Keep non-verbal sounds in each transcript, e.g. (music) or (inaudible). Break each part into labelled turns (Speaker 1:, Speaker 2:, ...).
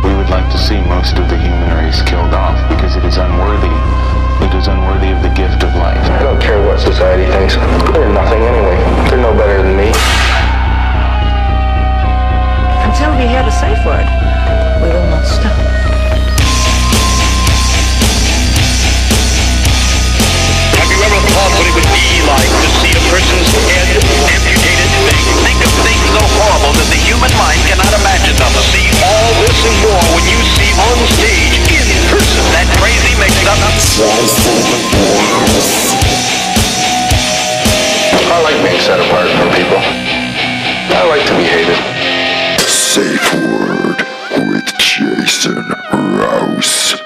Speaker 1: We would like to see most of the human race killed off because it is unworthy. It is unworthy of the gift of life.
Speaker 2: I don't care what society thinks. They're nothing anyway. They're no better than me.
Speaker 3: Until we hear the safe word, we will not stop.
Speaker 4: Have you ever thought what it would be like to see a person's head amputated? Think, think of things so horrible that the human mind cannot imagine them. See all this and more when you see on stage, in person, that crazy mix-up.
Speaker 2: I like being set apart from people. I like to be hated.
Speaker 5: Safe Word with Jason Rouse.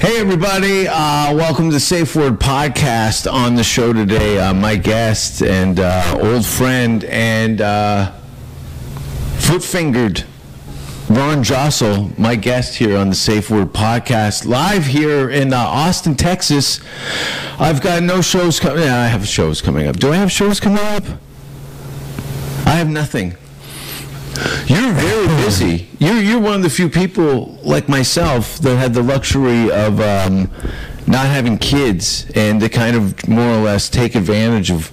Speaker 6: Hey, everybody. Uh, welcome to Safe Word Podcast. On the show today, uh, my guest and uh, old friend and uh, foot fingered Ron Jossel, my guest here on the Safe Word Podcast, live here in uh, Austin, Texas. I've got no shows coming yeah, I have shows coming up. Do I have shows coming up? I have nothing. You're very busy. You're you're one of the few people like myself that had the luxury of um, not having kids and to kind of more or less take advantage of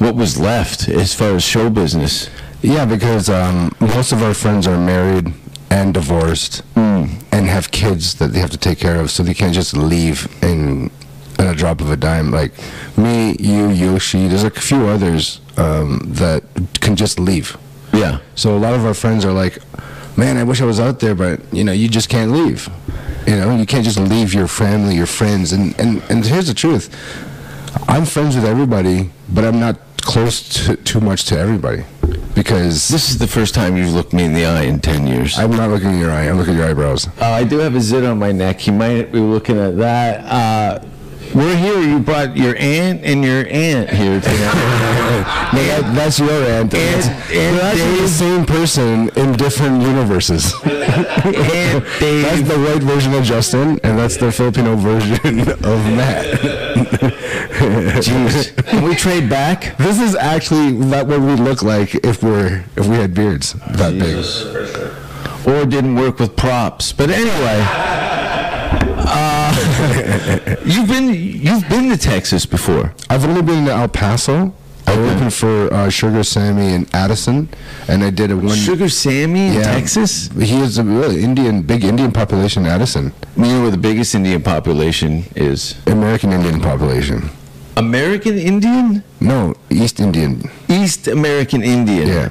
Speaker 6: what was left as far as show business.
Speaker 7: Yeah, because um, most of our friends are married and divorced
Speaker 6: Mm,
Speaker 7: and have kids that they have to take care of, so they can't just leave in at a drop of a dime. Like me, you, Yoshi, there's like a few others um, that can just leave.
Speaker 6: Yeah.
Speaker 7: So a lot of our friends are like, "Man, I wish I was out there, but you know, you just can't leave. You know, you can't just leave your family, your friends." And and and here's the truth: I'm friends with everybody, but I'm not close to, too much to everybody because
Speaker 6: This is the first time you've looked me in the eye in ten years.
Speaker 7: I'm not looking at your eye. I'm looking at your eyebrows.
Speaker 6: Uh, I do have a zit on my neck. You might be looking at that. Uh, we're here. You brought your aunt and your aunt here tonight.
Speaker 7: (laughs) No, that, that's your aunt.
Speaker 6: And- and
Speaker 7: We're actually
Speaker 6: Dave-
Speaker 7: the same person in
Speaker 6: (laughs)
Speaker 7: different universes.
Speaker 6: and
Speaker 7: That's
Speaker 6: Dave.
Speaker 7: the white version of Justin, and that's the Filipino version of Matt.
Speaker 6: (laughs) Jeez. Can we trade back?
Speaker 7: This is actually that what we look like if we're if we had beards that big.
Speaker 6: or didn't work with props. But
Speaker 7: (laughs)
Speaker 6: anyway, uh, you've been you've been to Texas before.
Speaker 7: I've only been to El Paso. I opened for uh, Sugar Sammy and Addison, and I did a one.
Speaker 6: Sugar Sammy in
Speaker 7: Yeah.
Speaker 6: Texas.
Speaker 7: He is a really Indian, big Indian population. in Addison,
Speaker 6: You know where the biggest Indian population is?
Speaker 7: American Indian population.
Speaker 6: American Indian,
Speaker 7: No, East Indian.
Speaker 6: East American Indian.
Speaker 7: Yeah.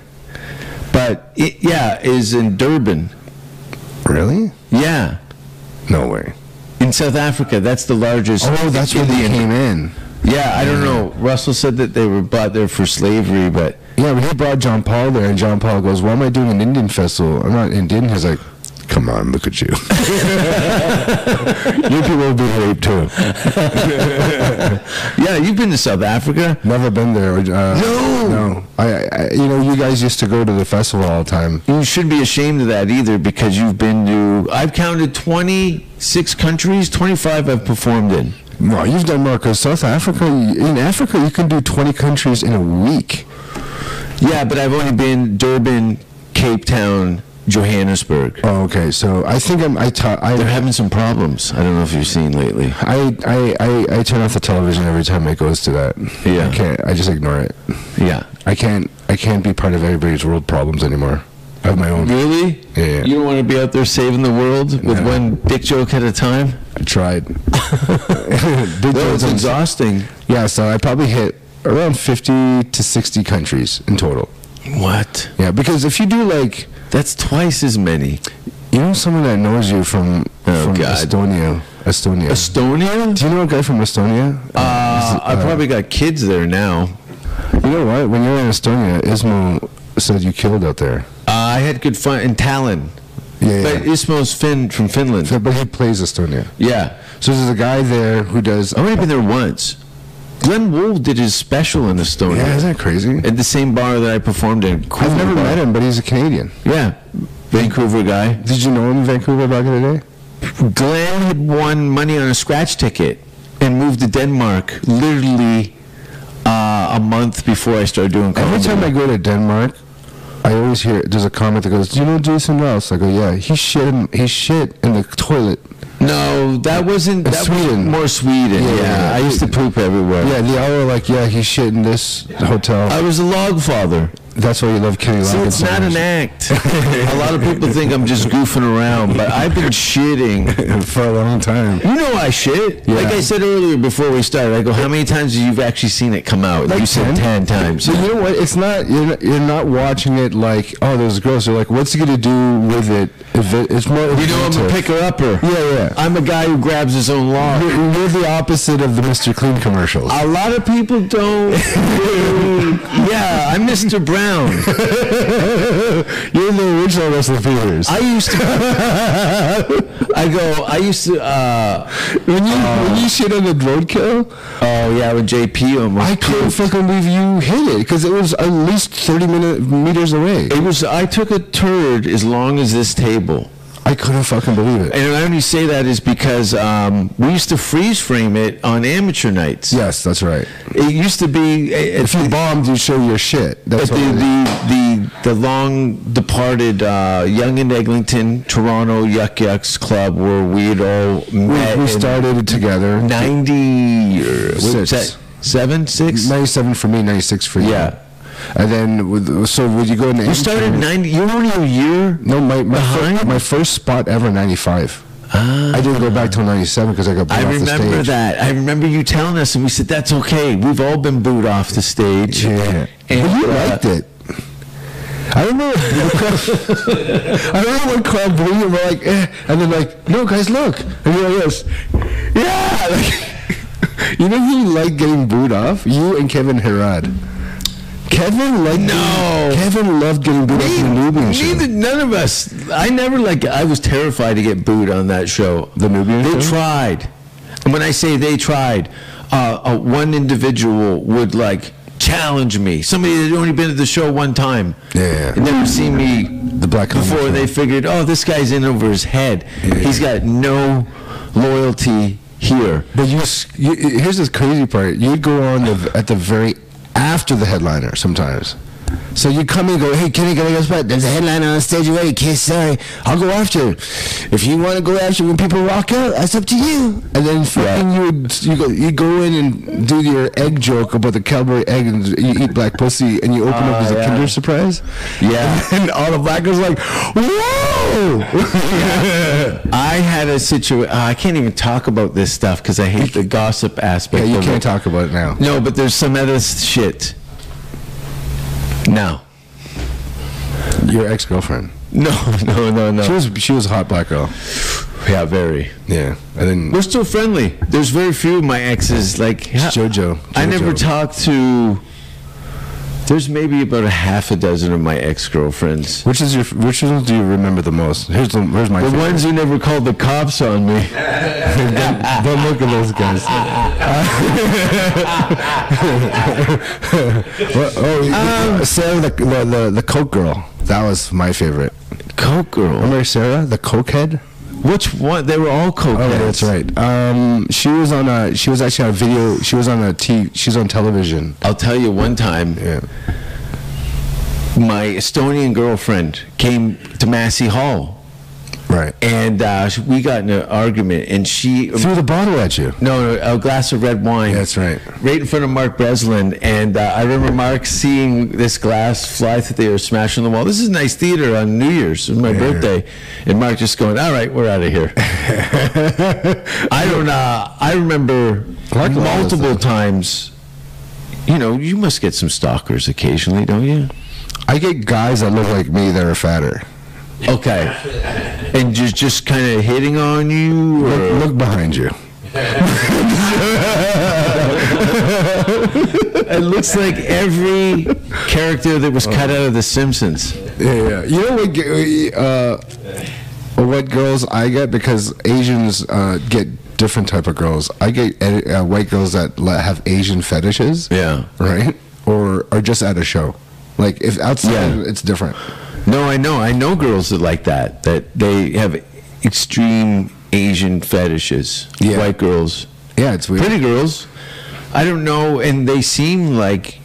Speaker 6: But it, yeah, is in Durban.
Speaker 7: Really?
Speaker 6: Yeah.
Speaker 7: No way.
Speaker 6: In South Africa, that's the largest.
Speaker 7: Oh, that's where they
Speaker 6: Indian-
Speaker 7: came in.
Speaker 6: Yeah, I don't know. Russell said that they were brought there for slavery, but
Speaker 7: (laughs)
Speaker 6: (laughs)
Speaker 7: Yeah, we had brought John Paul there, and John Paul goes, "Why am I doing an Indian festival? I'm not Indian." He's (laughs) like, "Come on, look (laughs) at you. you people will be raped too.
Speaker 6: yeah, you've been to South Africa.
Speaker 7: Never been there. Uh, no, no. I, I, you know, you guys used to go to the festival all the time.
Speaker 6: you should be ashamed of that either because you've been to I've counted 26 countries, 25 I've performed in.
Speaker 7: Well, you've done more because South Africa. In Africa, you can do 20 countries in a week.
Speaker 6: Yeah, but I've only been Durban, Cape Town, Johannesburg.
Speaker 7: Oh, okay. So I think I'm. I taught. I
Speaker 6: They're having some problems. I don't know if you've seen lately.
Speaker 7: I, I, I, I turn off the television every time it goes to that.
Speaker 6: Yeah.
Speaker 7: I can't. I just ignore it.
Speaker 6: Yeah.
Speaker 7: I can't. I can't be part of everybody's world problems anymore. I have my own.
Speaker 6: Really?
Speaker 7: Yeah.
Speaker 6: You don't want to be out there saving the world with
Speaker 7: No.
Speaker 6: one dick joke at a time?
Speaker 7: (laughs)
Speaker 6: (laughs)
Speaker 7: I tried. Big
Speaker 6: Well, it's
Speaker 7: problems.
Speaker 6: exhausting.
Speaker 7: yeah. So I probably hit around fifty to sixty countries in total.
Speaker 6: What?
Speaker 7: Yeah. Because if you do like,
Speaker 6: That's twice as many.
Speaker 7: you know, someone that knows you from
Speaker 6: Oh,
Speaker 7: from
Speaker 6: God.
Speaker 7: Estonia, Estonia.
Speaker 6: Estonia?
Speaker 7: do you know a guy from Estonia?
Speaker 6: Uh, I probably got kids there now.
Speaker 7: You know what? When you were in Estonia, Ismo said you killed out there.
Speaker 6: Uh, I had good fun in Tallinn.
Speaker 7: Yeah.
Speaker 6: But
Speaker 7: yeah.
Speaker 6: Ismo's Finn from Finland.
Speaker 7: So- but he plays Estonia.
Speaker 6: Yeah.
Speaker 7: So there's a guy there who does.
Speaker 6: I've only been there once. Glenn Wolf did his special in Estonia.
Speaker 7: yeah, isn't that crazy?
Speaker 6: At the same bar that I performed in. Cool
Speaker 7: I've never
Speaker 6: bar.
Speaker 7: met him, but he's a Canadian.
Speaker 6: Yeah. Vancouver guy.
Speaker 7: Did you know him in Vancouver back in the day?
Speaker 6: Glenn had won money on a scratch ticket and moved to Denmark literally uh, a month before I started doing comedy.
Speaker 7: Every time I go to Denmark, I always hear there's a comment that goes, "Do you know Jason Rouse?" I go, "Yeah, he shit in, he shit in the toilet."
Speaker 6: no, that wasn't.
Speaker 7: In
Speaker 6: That was
Speaker 7: Sweden.
Speaker 6: more Sweden.
Speaker 7: Yeah,
Speaker 6: Yeah,
Speaker 7: yeah, yeah.
Speaker 6: I used to poop everywhere.
Speaker 7: Yeah, they all were like, "Yeah, he shit in this hotel."
Speaker 6: I was a log father.
Speaker 7: That's why you love Kenny
Speaker 6: So
Speaker 7: Loggins.
Speaker 6: it's not an act. (laughs) a lot of people think I'm just goofing around, but I've been shitting
Speaker 7: act (laughs) for a long time.
Speaker 6: You know I shit.
Speaker 7: Yeah.
Speaker 6: Like I said earlier before we started, I go, how many times have you actually seen it come out? you said 10 times.
Speaker 7: So you know what? It's not you're not, you're not watching it like, "Oh, there's gross." You're like, "What's he gonna do with it?" If it it's more,
Speaker 6: You know I'm a picker-upper.
Speaker 7: Yeah, yeah.
Speaker 6: I'm a guy who grabs his own log.
Speaker 7: You're, you're the opposite of the Mr. Clean commercials.
Speaker 6: A lot of people don't. yeah, I'm Mr. Brown.
Speaker 7: (laughs) You're the original Russell Peters.
Speaker 6: I used to. (laughs) I go. I used to. Uh,
Speaker 7: (laughs) when you when you shit on the roadkill,
Speaker 6: oh yeah, when JP almost.
Speaker 7: I couldn't fucking believe you hit it because it was at least thirty minute meters away.
Speaker 6: It was. I took a turd as long as this table.
Speaker 7: I couldn't fucking believe it.
Speaker 6: And I only say that is because um, we used to freeze frame it on amateur nights.
Speaker 7: Yes, that's right.
Speaker 6: It used to be a-
Speaker 7: If you bombed, you show your shit. That's
Speaker 6: at the,
Speaker 7: what it is.
Speaker 6: the, the, the long departed uh, Young and Eglinton Toronto Yuck Yucks Club where we'd all met.
Speaker 7: we, we
Speaker 6: in
Speaker 7: started together.
Speaker 6: 90 or what was
Speaker 7: Six.
Speaker 6: that? Seven, six?
Speaker 7: Ninety-seven for me, ninety-six for you.
Speaker 6: Yeah.
Speaker 7: And then with, so would you go in?
Speaker 6: We started 90. You were only a year?
Speaker 7: No, my my, fir-
Speaker 6: Behind? Ah.
Speaker 7: my first spot ever, ninety-five. I didn't go back till ninety-seven because I got booed
Speaker 6: I
Speaker 7: off the stage.
Speaker 6: remember that. I remember you telling us, and we said, that's okay. We've all been booed off the stage.
Speaker 7: Yeah.
Speaker 6: And,
Speaker 7: but you
Speaker 6: uh,
Speaker 7: liked it. I remember. (laughs) I remember when Carl blew you, we're like, eh, and then like, no, guys, look, and you're like, yes, yeah. (laughs) Like, (laughs) you know who liked getting booed off? You and Kevin Herod. Kevin liked.
Speaker 6: No.
Speaker 7: Kevin loved getting booed off the Nubian show.
Speaker 6: Neither, none of us. I never like. I was terrified to get booed on that show.
Speaker 7: The Nubian
Speaker 6: They
Speaker 7: show?
Speaker 6: tried. And when I say they tried, uh, uh, one individual would like challenge me. Somebody that had only been to the show one time.
Speaker 7: Yeah.
Speaker 6: Had never seen me
Speaker 7: The black comedy
Speaker 6: before.
Speaker 7: show.
Speaker 6: They figured, oh, this guy's in over his head. He's got no loyalty here.
Speaker 7: But you, s- you, here's this crazy part. You'd go on the, at the very after the headliner sometimes. So you come and go, hey, Kenny, can I go spot? There's a headliner on stage already. Kid, sorry, I'll go after. If you want to go after when people walk out, that's up to you. And then fucking you would you go you go in and do your egg joke about the cowboy egg and you eat black pussy and you open up as a Kinder surprise.
Speaker 6: Oh, Yeah.
Speaker 7: (laughs) and all the black guys
Speaker 6: (laughs)
Speaker 7: like, whoa. (laughs)
Speaker 6: I had a situation. I can't even talk about this stuff because I hate the gossip
Speaker 7: yeah,
Speaker 6: aspect.
Speaker 7: you
Speaker 6: of
Speaker 7: can't
Speaker 6: it.
Speaker 7: talk about it now.
Speaker 6: No, but there's some other s- shit. No.
Speaker 7: Your ex girlfriend.
Speaker 6: No, no, no,
Speaker 7: She
Speaker 6: no.
Speaker 7: was she was a hot black girl.
Speaker 6: Yeah, very.
Speaker 7: Yeah, I didn't.
Speaker 6: We're still friendly. There's very few of my exes. Like, ha-
Speaker 7: JoJo.
Speaker 6: I
Speaker 7: JoJo.
Speaker 6: never talked to. There's maybe about a half a dozen of my ex girlfriends.
Speaker 7: Which is your which one do you remember the most? Here's the here's my
Speaker 6: The
Speaker 7: favorite.
Speaker 6: ones who never called the cops on me. Ah,
Speaker 7: Don't look at those guys.
Speaker 6: ah,
Speaker 7: Well,
Speaker 6: Um,
Speaker 7: oh, Sarah the, the the the Coke girl. That was my favorite.
Speaker 6: Coke girl.
Speaker 7: Remember Sarah the Coke head?
Speaker 6: Which one? They were all coke.
Speaker 7: Oh, yeah,
Speaker 6: heads.
Speaker 7: that's right. Um, she was on a she was actually on a video. She was on a t. She's on television.
Speaker 6: I'll tell you one time.
Speaker 7: Yeah.
Speaker 6: My Estonian girlfriend came to Massey Hall
Speaker 7: Right.
Speaker 6: and uh, sh- we got in an argument, and she
Speaker 7: Threw the bottle at you.
Speaker 6: no, no, a glass of red wine.
Speaker 7: That's right.
Speaker 6: Right in front of Mark Breslin, and uh, I remember Mark seeing this glass fly through the air, smash on the wall. This is nice theater on New Year's, it was my birthday, and Mark just going, "All right, we're out of here." I don't. Uh, I remember
Speaker 7: Mark loves
Speaker 6: multiple
Speaker 7: that.
Speaker 6: times. You know, you must get some stalkers occasionally, don't you?
Speaker 7: I get guys that look like me that are fatter.
Speaker 6: Okay, and just just kind of hitting on you, or
Speaker 7: Look, look
Speaker 6: (laughs)
Speaker 7: behind you.
Speaker 6: It looks like every character that was cut out of The Simpsons.
Speaker 7: Yeah, yeah. You know what? g- Uh, what girls I get because Asians uh, get different type of girls. I get uh, white girls that la- have Asian fetishes.
Speaker 6: Yeah.
Speaker 7: Right. Or are just at a show. Like if outside,
Speaker 6: Yeah.
Speaker 7: it's different.
Speaker 6: No, I know. I know girls that like that. That they have extreme Asian fetishes.
Speaker 7: Yeah.
Speaker 6: White girls,
Speaker 7: Yeah, it's weird.
Speaker 6: pretty girls. I don't know, and they seem like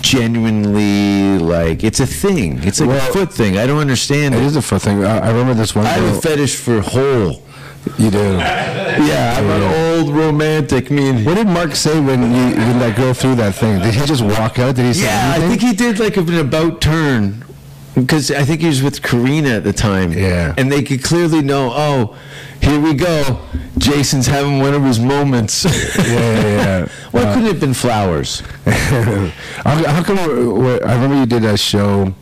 Speaker 6: genuinely like it's a thing. It's like
Speaker 7: Well,
Speaker 6: a foot thing. I don't understand.
Speaker 7: It
Speaker 6: It
Speaker 7: is a fun thing. I, I remember this one.
Speaker 6: I have
Speaker 7: Girl,
Speaker 6: a fetish for whole.
Speaker 7: you do.
Speaker 6: Yeah, I'm an old romantic. mean,
Speaker 7: (laughs) What did Mark say when, you, when that girl threw that thing? Did he just walk out? Did he say
Speaker 6: Yeah, I
Speaker 7: anything?
Speaker 6: think he did like an about turn because I think he was with Karina at the time.
Speaker 7: Yeah.
Speaker 6: and they could clearly know. Oh, here we go. Jason's having one of his moments.
Speaker 7: yeah,
Speaker 6: (laughs)
Speaker 7: yeah, yeah.
Speaker 6: Why couldn't it have been flowers?
Speaker 7: how, how come? we're- we're- I remember you did that show,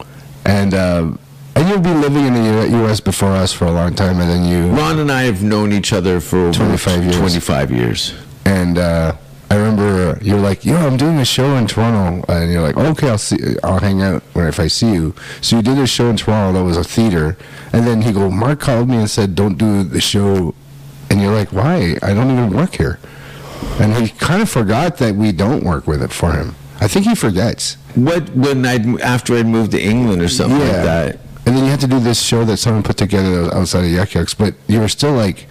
Speaker 7: and uh, and you've been living in the U- U.S. before us for a long time, and then you
Speaker 6: Ron and I have known each other for over
Speaker 7: 25 years.
Speaker 6: 25 years.
Speaker 7: and uh, I remember you're like, yo, I'm doing a show in Toronto, and you're like, okay, I'll see, I'll hang out when if I see you. So you did a show in Toronto that was a theater, and then he go, Mark called me and said, don't do the show, and you're like, why? I don't even work here, and he kind of forgot that we don't work with it for him. I think he forgets.
Speaker 6: What when I would after I'd moved to England or something like that.
Speaker 7: And then you had to do this show that someone put together that was outside of Yuck Yucks, but you were still like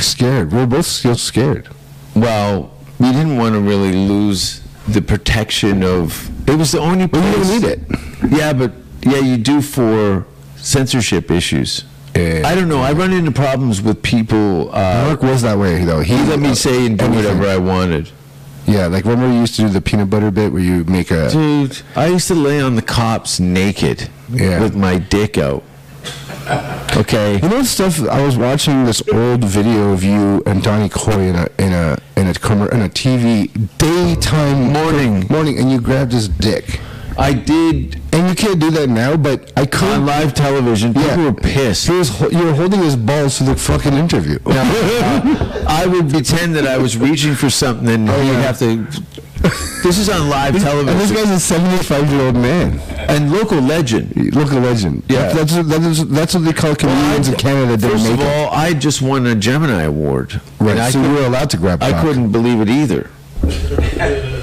Speaker 7: scared. We were both still scared.
Speaker 6: Well, we didn't want to really lose the protection of. It was the only place.
Speaker 7: didn't need it.
Speaker 6: Yeah, but yeah, you do for censorship issues.
Speaker 7: Yeah.
Speaker 6: I don't know. I run into problems with people. Uh,
Speaker 7: Mark was that way though.
Speaker 6: he let me say and do whatever I wanted.
Speaker 7: Yeah, like remember you used to do the peanut butter bit where you make a
Speaker 6: Dude, I used to lay on the cops naked
Speaker 7: Yeah.
Speaker 6: with my dick out. Okay.
Speaker 7: You know stuff. I was watching this old video of you and Donnie Coy in a in a in a commer- in a TV daytime
Speaker 6: Morning.
Speaker 7: morning, and you grabbed his dick.
Speaker 6: I did
Speaker 7: And you can't do that now, but I could.
Speaker 6: on live television. People
Speaker 7: Yeah.
Speaker 6: were pissed.
Speaker 7: He was ho- you were holding his balls through the fucking interview.
Speaker 6: Now, uh, I would pretend that I was reaching for something, and
Speaker 7: Oh,
Speaker 6: you'd
Speaker 7: yeah.
Speaker 6: have to. (laughs) This is on live television.
Speaker 7: And this guy's a 75 year old man.
Speaker 6: and local legend.
Speaker 7: Look at legend.
Speaker 6: Yeah.
Speaker 7: That's, that's, that's, that's what they call comedians in Canada that didn't
Speaker 6: First
Speaker 7: make
Speaker 6: of
Speaker 7: it.
Speaker 6: all, I just won a Gemini Award. And I,
Speaker 7: Right, so you
Speaker 6: could,
Speaker 7: were allowed to grab
Speaker 6: I
Speaker 7: cock.
Speaker 6: couldn't believe it either.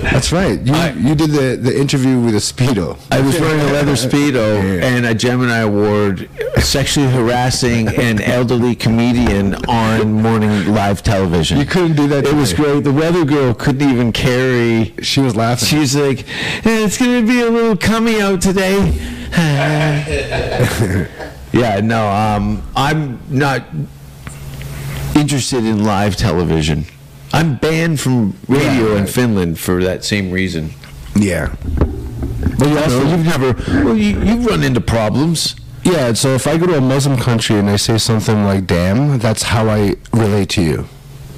Speaker 7: That's right. You,
Speaker 6: I-
Speaker 7: you did the, the interview with a Speedo.
Speaker 6: I was wearing a leather (laughs) Speedo
Speaker 7: Yeah.
Speaker 6: and a Gemini Award sexually harassing an elderly comedian on morning live television.
Speaker 7: You couldn't do that
Speaker 6: It was
Speaker 7: today.
Speaker 6: great. The weather girl couldn't even carry.
Speaker 7: She was laughing.
Speaker 6: She's like, "Eh, it's going to be a little coming out today. (laughs) yeah, no, um, I'm not interested in live television. I'm banned from radio in
Speaker 7: right.
Speaker 6: Finland for that same reason.
Speaker 7: yeah. But you also,
Speaker 6: You've never, well, you, you've run into problems.
Speaker 7: yeah, so if I go to a Muslim country and I say something like, damn, that's how I relate to you.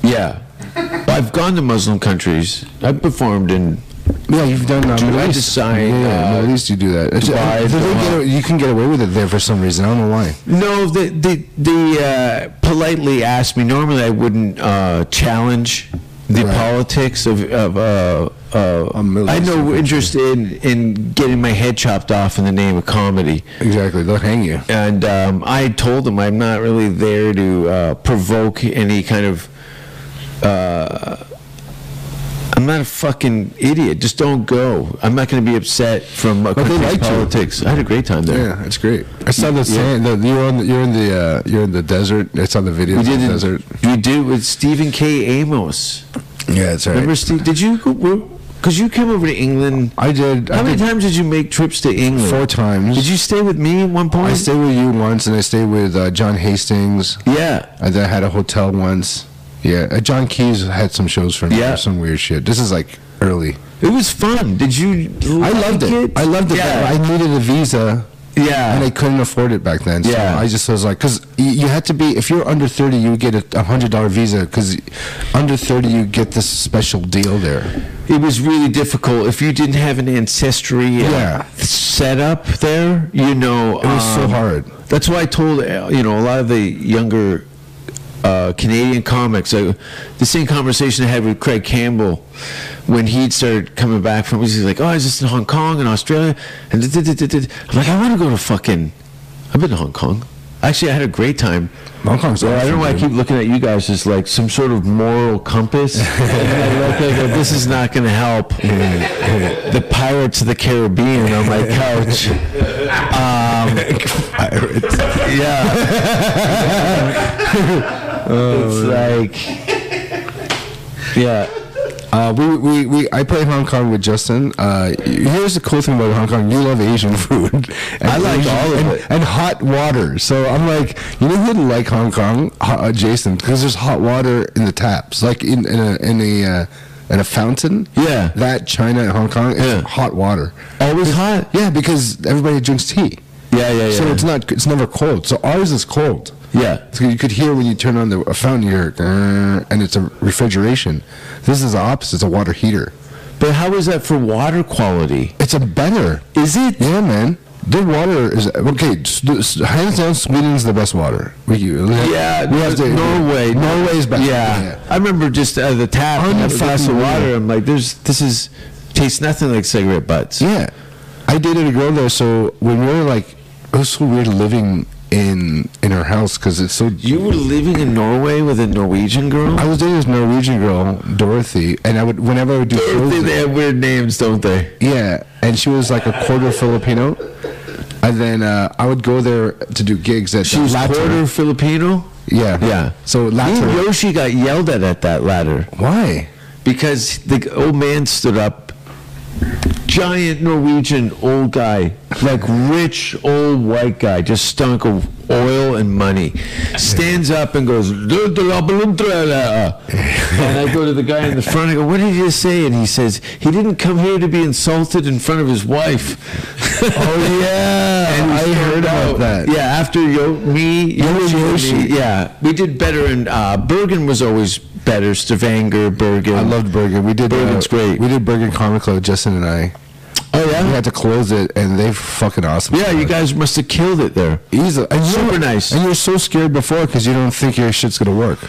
Speaker 6: Yeah. I've gone to Muslim countries. I've performed in.
Speaker 7: Yeah, you've done that.
Speaker 6: Dude, I just signed,
Speaker 7: Yeah,
Speaker 6: uh,
Speaker 7: no, at least you do that. It's- uh,
Speaker 6: Dubai,
Speaker 7: they don't
Speaker 6: Doha.
Speaker 7: get a- you can get away with it there for some reason. I don't know why.
Speaker 6: No, they, they, they uh, politely asked me. Normally, I wouldn't uh, challenge the
Speaker 7: Right.
Speaker 6: politics of. of uh, uh,
Speaker 7: A Middle
Speaker 6: I had
Speaker 7: Eastern
Speaker 6: no
Speaker 7: country.
Speaker 6: interest in, in getting my head chopped off in the name of comedy.
Speaker 7: Exactly. They'll hang you.
Speaker 6: And um, I told them I'm not really there to uh, provoke any kind of. Uh, I'm not a fucking idiot. Just don't go. I'm not going to be upset from uh,
Speaker 7: But they
Speaker 6: country's
Speaker 7: liked you.
Speaker 6: politics. I had a great time there.
Speaker 7: Yeah, it's great. I saw the
Speaker 6: Yeah.
Speaker 7: sand. The, you're on. The, you're in the. Uh, you're in the desert. It's on the video.
Speaker 6: We
Speaker 7: it's
Speaker 6: did
Speaker 7: the
Speaker 6: it.
Speaker 7: desert.
Speaker 6: We did it with Stephen K. Amos.
Speaker 7: Yeah, that's right.
Speaker 6: Remember, Steve? Did you? Because you came over to England.
Speaker 7: I did.
Speaker 6: How
Speaker 7: I
Speaker 6: many
Speaker 7: did
Speaker 6: times did you make trips to England?
Speaker 7: Four times.
Speaker 6: Did you stay with me at one point?
Speaker 7: I stayed with you once, and I stayed with uh, John Hastings.
Speaker 6: Yeah.
Speaker 7: And then I had a hotel once. Yeah, uh, John Keys had some shows for me.
Speaker 6: Yeah.
Speaker 7: or some weird shit. This is like early.
Speaker 6: It was fun. Did you?
Speaker 7: I
Speaker 6: like
Speaker 7: loved it. I loved it.
Speaker 6: Yeah.
Speaker 7: but I needed a visa.
Speaker 6: yeah.
Speaker 7: and I couldn't afford it back then. So
Speaker 6: Yeah.
Speaker 7: I just was like, because you had to be, if you're under 30, you get a- a $100 visa, because under 30, you get this special deal there.
Speaker 6: it was really difficult if you didn't have an ancestry uh,
Speaker 7: Yeah.
Speaker 6: set up there you know it
Speaker 7: was so hard.
Speaker 6: that's why i told uh, you know a lot of the younger uh, canadian comics uh, the same conversation i had with craig campbell when he'd started coming back from he's like oh i was just in hong kong and australia and da- da- da- da- da." i'm like i want to go to fucking i've been to hong kong Actually, I had a great time.
Speaker 7: Hong Kong's
Speaker 6: Well, I don't
Speaker 7: awesome,
Speaker 6: know why I
Speaker 7: dude.
Speaker 6: keep looking at you guys as like some sort of moral (laughs) compass. and I look like, oh, this is not going to help. (laughs) the Pirates of the Caribbean on my (laughs) couch. (laughs) Um,
Speaker 7: (laughs)
Speaker 6: Pirates. (laughs) Yeah. Oh, it's like, yeah.
Speaker 7: Uh, we, we, we, I played Hong Kong with Justin. Uh, here's the cool thing about Hong Kong: you love Asian (laughs) food. And
Speaker 6: I like
Speaker 7: Asian-
Speaker 6: all of
Speaker 7: and,
Speaker 6: it.
Speaker 7: and hot water. So I'm like, you know who'd like Hong Kong, Ho- uh, Jason? Because there's hot water in the taps, like in in a in a, uh, in a fountain.
Speaker 6: Yeah.
Speaker 7: that China and Hong Kong is
Speaker 6: Yeah.
Speaker 7: hot water.
Speaker 6: Always Oh, hot.
Speaker 7: Yeah, because everybody drinks tea.
Speaker 6: Yeah, yeah, yeah.
Speaker 7: So it's not it's never cold. So ours is cold.
Speaker 6: yeah.
Speaker 7: So you could hear when you turn on the a fountain, you hear, "Grrr," and it's a refrigeration. This is the opposite. It's a water heater.
Speaker 6: But how is that for water quality?
Speaker 7: It's a better.
Speaker 6: Is it?
Speaker 7: Yeah, man. Their water is okay. s- s- Hands down, Sweden's the best water. We, you- we have-
Speaker 6: Yeah,
Speaker 7: we have to-
Speaker 6: Norway.
Speaker 7: Norway's better.
Speaker 6: Yeah. I remember just uh, the tap and a glass of
Speaker 7: Unfucking
Speaker 6: water.
Speaker 7: real.
Speaker 6: I'm like, there's this is tastes nothing like cigarette butts.
Speaker 7: Yeah. I dated a girl there, so when we were like, it was so weird living in in her house because it's so.
Speaker 6: You were living in Norway with a Norwegian girl.
Speaker 7: I was dating this Norwegian girl, Dorothy, and I would whenever I would do. clothes-
Speaker 6: they have weird names, don't they?
Speaker 7: Yeah, and she was like a quarter Filipino, and then uh, I would go there to do gigs at.
Speaker 6: She
Speaker 7: the
Speaker 6: was
Speaker 7: Latter.
Speaker 6: quarter Filipino.
Speaker 7: Yeah,
Speaker 6: Yeah.
Speaker 7: So
Speaker 6: Me
Speaker 7: Latter.
Speaker 6: and Yoshi got yelled at at that ladder
Speaker 7: Why?
Speaker 6: because the old man stood up. Giant Norwegian old guy, like rich old white guy, just stunk of oil and money, stands up and goes, "Dudalabulumtrala." and I go to the guy in the front, I go, What did you just say? And he says, He didn't come here to be insulted in front of his wife.
Speaker 7: Oh, yeah.
Speaker 6: we
Speaker 7: I
Speaker 6: stormed
Speaker 7: heard about that.
Speaker 6: Yeah, after Yo, me, Yoshi, and
Speaker 7: Yoshi.
Speaker 6: me, yeah, we did better, and uh, Bergen was always better. Stavanger, Bergen.
Speaker 7: I loved Bergen. We did. uh,
Speaker 6: Bergen's great.
Speaker 7: We did Bergen Comic Club. Justin and I.
Speaker 6: Oh yeah,
Speaker 7: We had to close it, and they fucking awesome.
Speaker 6: yeah. You guys must have killed it there.
Speaker 7: Easy. And you-
Speaker 6: Super nice.
Speaker 7: And you're so scared before because you don't think your shit's gonna work.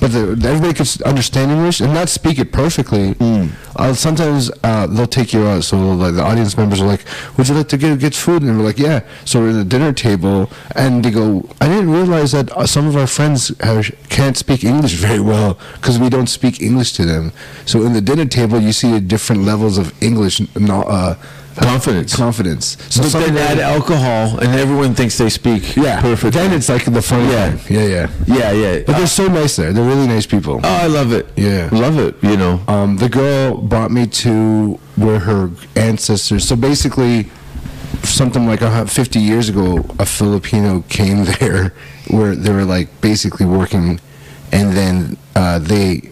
Speaker 7: But the, everybody could s- understand English and not speak it perfectly.
Speaker 6: Mm.
Speaker 7: Uh, sometimes uh, they'll take you out. So like the audience members are like, "Would you like to get get food?" And we're like, "Yeah." So we're at the dinner table, and they go, "I didn't realize that uh, some of our friends have, can't speak English very well because we don't speak English to them." So in the dinner table, you see different levels of English. No, uh,
Speaker 6: Confidence.
Speaker 7: Confidence. So
Speaker 6: But
Speaker 7: some
Speaker 6: then
Speaker 7: of them-
Speaker 6: add alcohol, and everyone thinks they speak
Speaker 7: yeah,
Speaker 6: perfect.
Speaker 7: Then it's like the funny
Speaker 6: Yeah.
Speaker 7: yeah. Yeah, yeah.
Speaker 6: yeah, yeah.
Speaker 7: But
Speaker 6: Uh,
Speaker 7: they're so nice there. They're really nice people.
Speaker 6: oh, I love it.
Speaker 7: Yeah.
Speaker 6: love it. You know.
Speaker 7: Um, the girl brought me to where her ancestors. So basically, something like a hun- 50 years ago, a Filipino came (laughs) there where they were like basically working, and then uh, they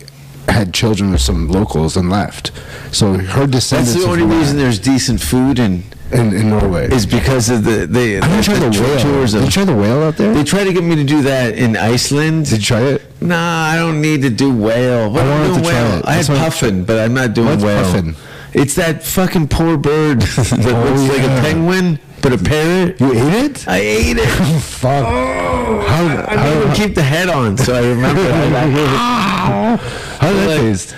Speaker 7: had children with some locals and left. So her descendants.
Speaker 6: That's the
Speaker 7: are
Speaker 6: only
Speaker 7: from
Speaker 6: reason
Speaker 7: that
Speaker 6: there's decent food, and
Speaker 7: in, in Norway.
Speaker 6: is because of the they.
Speaker 7: I didn't try the, whale.
Speaker 6: tours
Speaker 7: Did you
Speaker 6: of-
Speaker 7: try the whale out there?
Speaker 6: They try to get me to do that in Iceland.
Speaker 7: Did you try it? (laughs)
Speaker 6: Nah, I don't need to do whale. What
Speaker 7: I
Speaker 6: am
Speaker 7: wanted
Speaker 6: doing
Speaker 7: to try
Speaker 6: whale?
Speaker 7: it.
Speaker 6: I had
Speaker 7: That's what-
Speaker 6: puffin, but I'm not doing
Speaker 7: What's
Speaker 6: whale.
Speaker 7: puffin?
Speaker 6: It's that fucking poor bird (laughs) that
Speaker 7: Oh,
Speaker 6: looks like a
Speaker 7: yeah.
Speaker 6: penguin, but a parrot.
Speaker 7: You ate it?
Speaker 6: I ate it.
Speaker 7: Fuck. how
Speaker 6: Oh, I
Speaker 7: how,
Speaker 6: couldn't keep the head on, so I remember.
Speaker 7: (laughs)
Speaker 6: I
Speaker 7: how did that
Speaker 6: like-
Speaker 7: taste?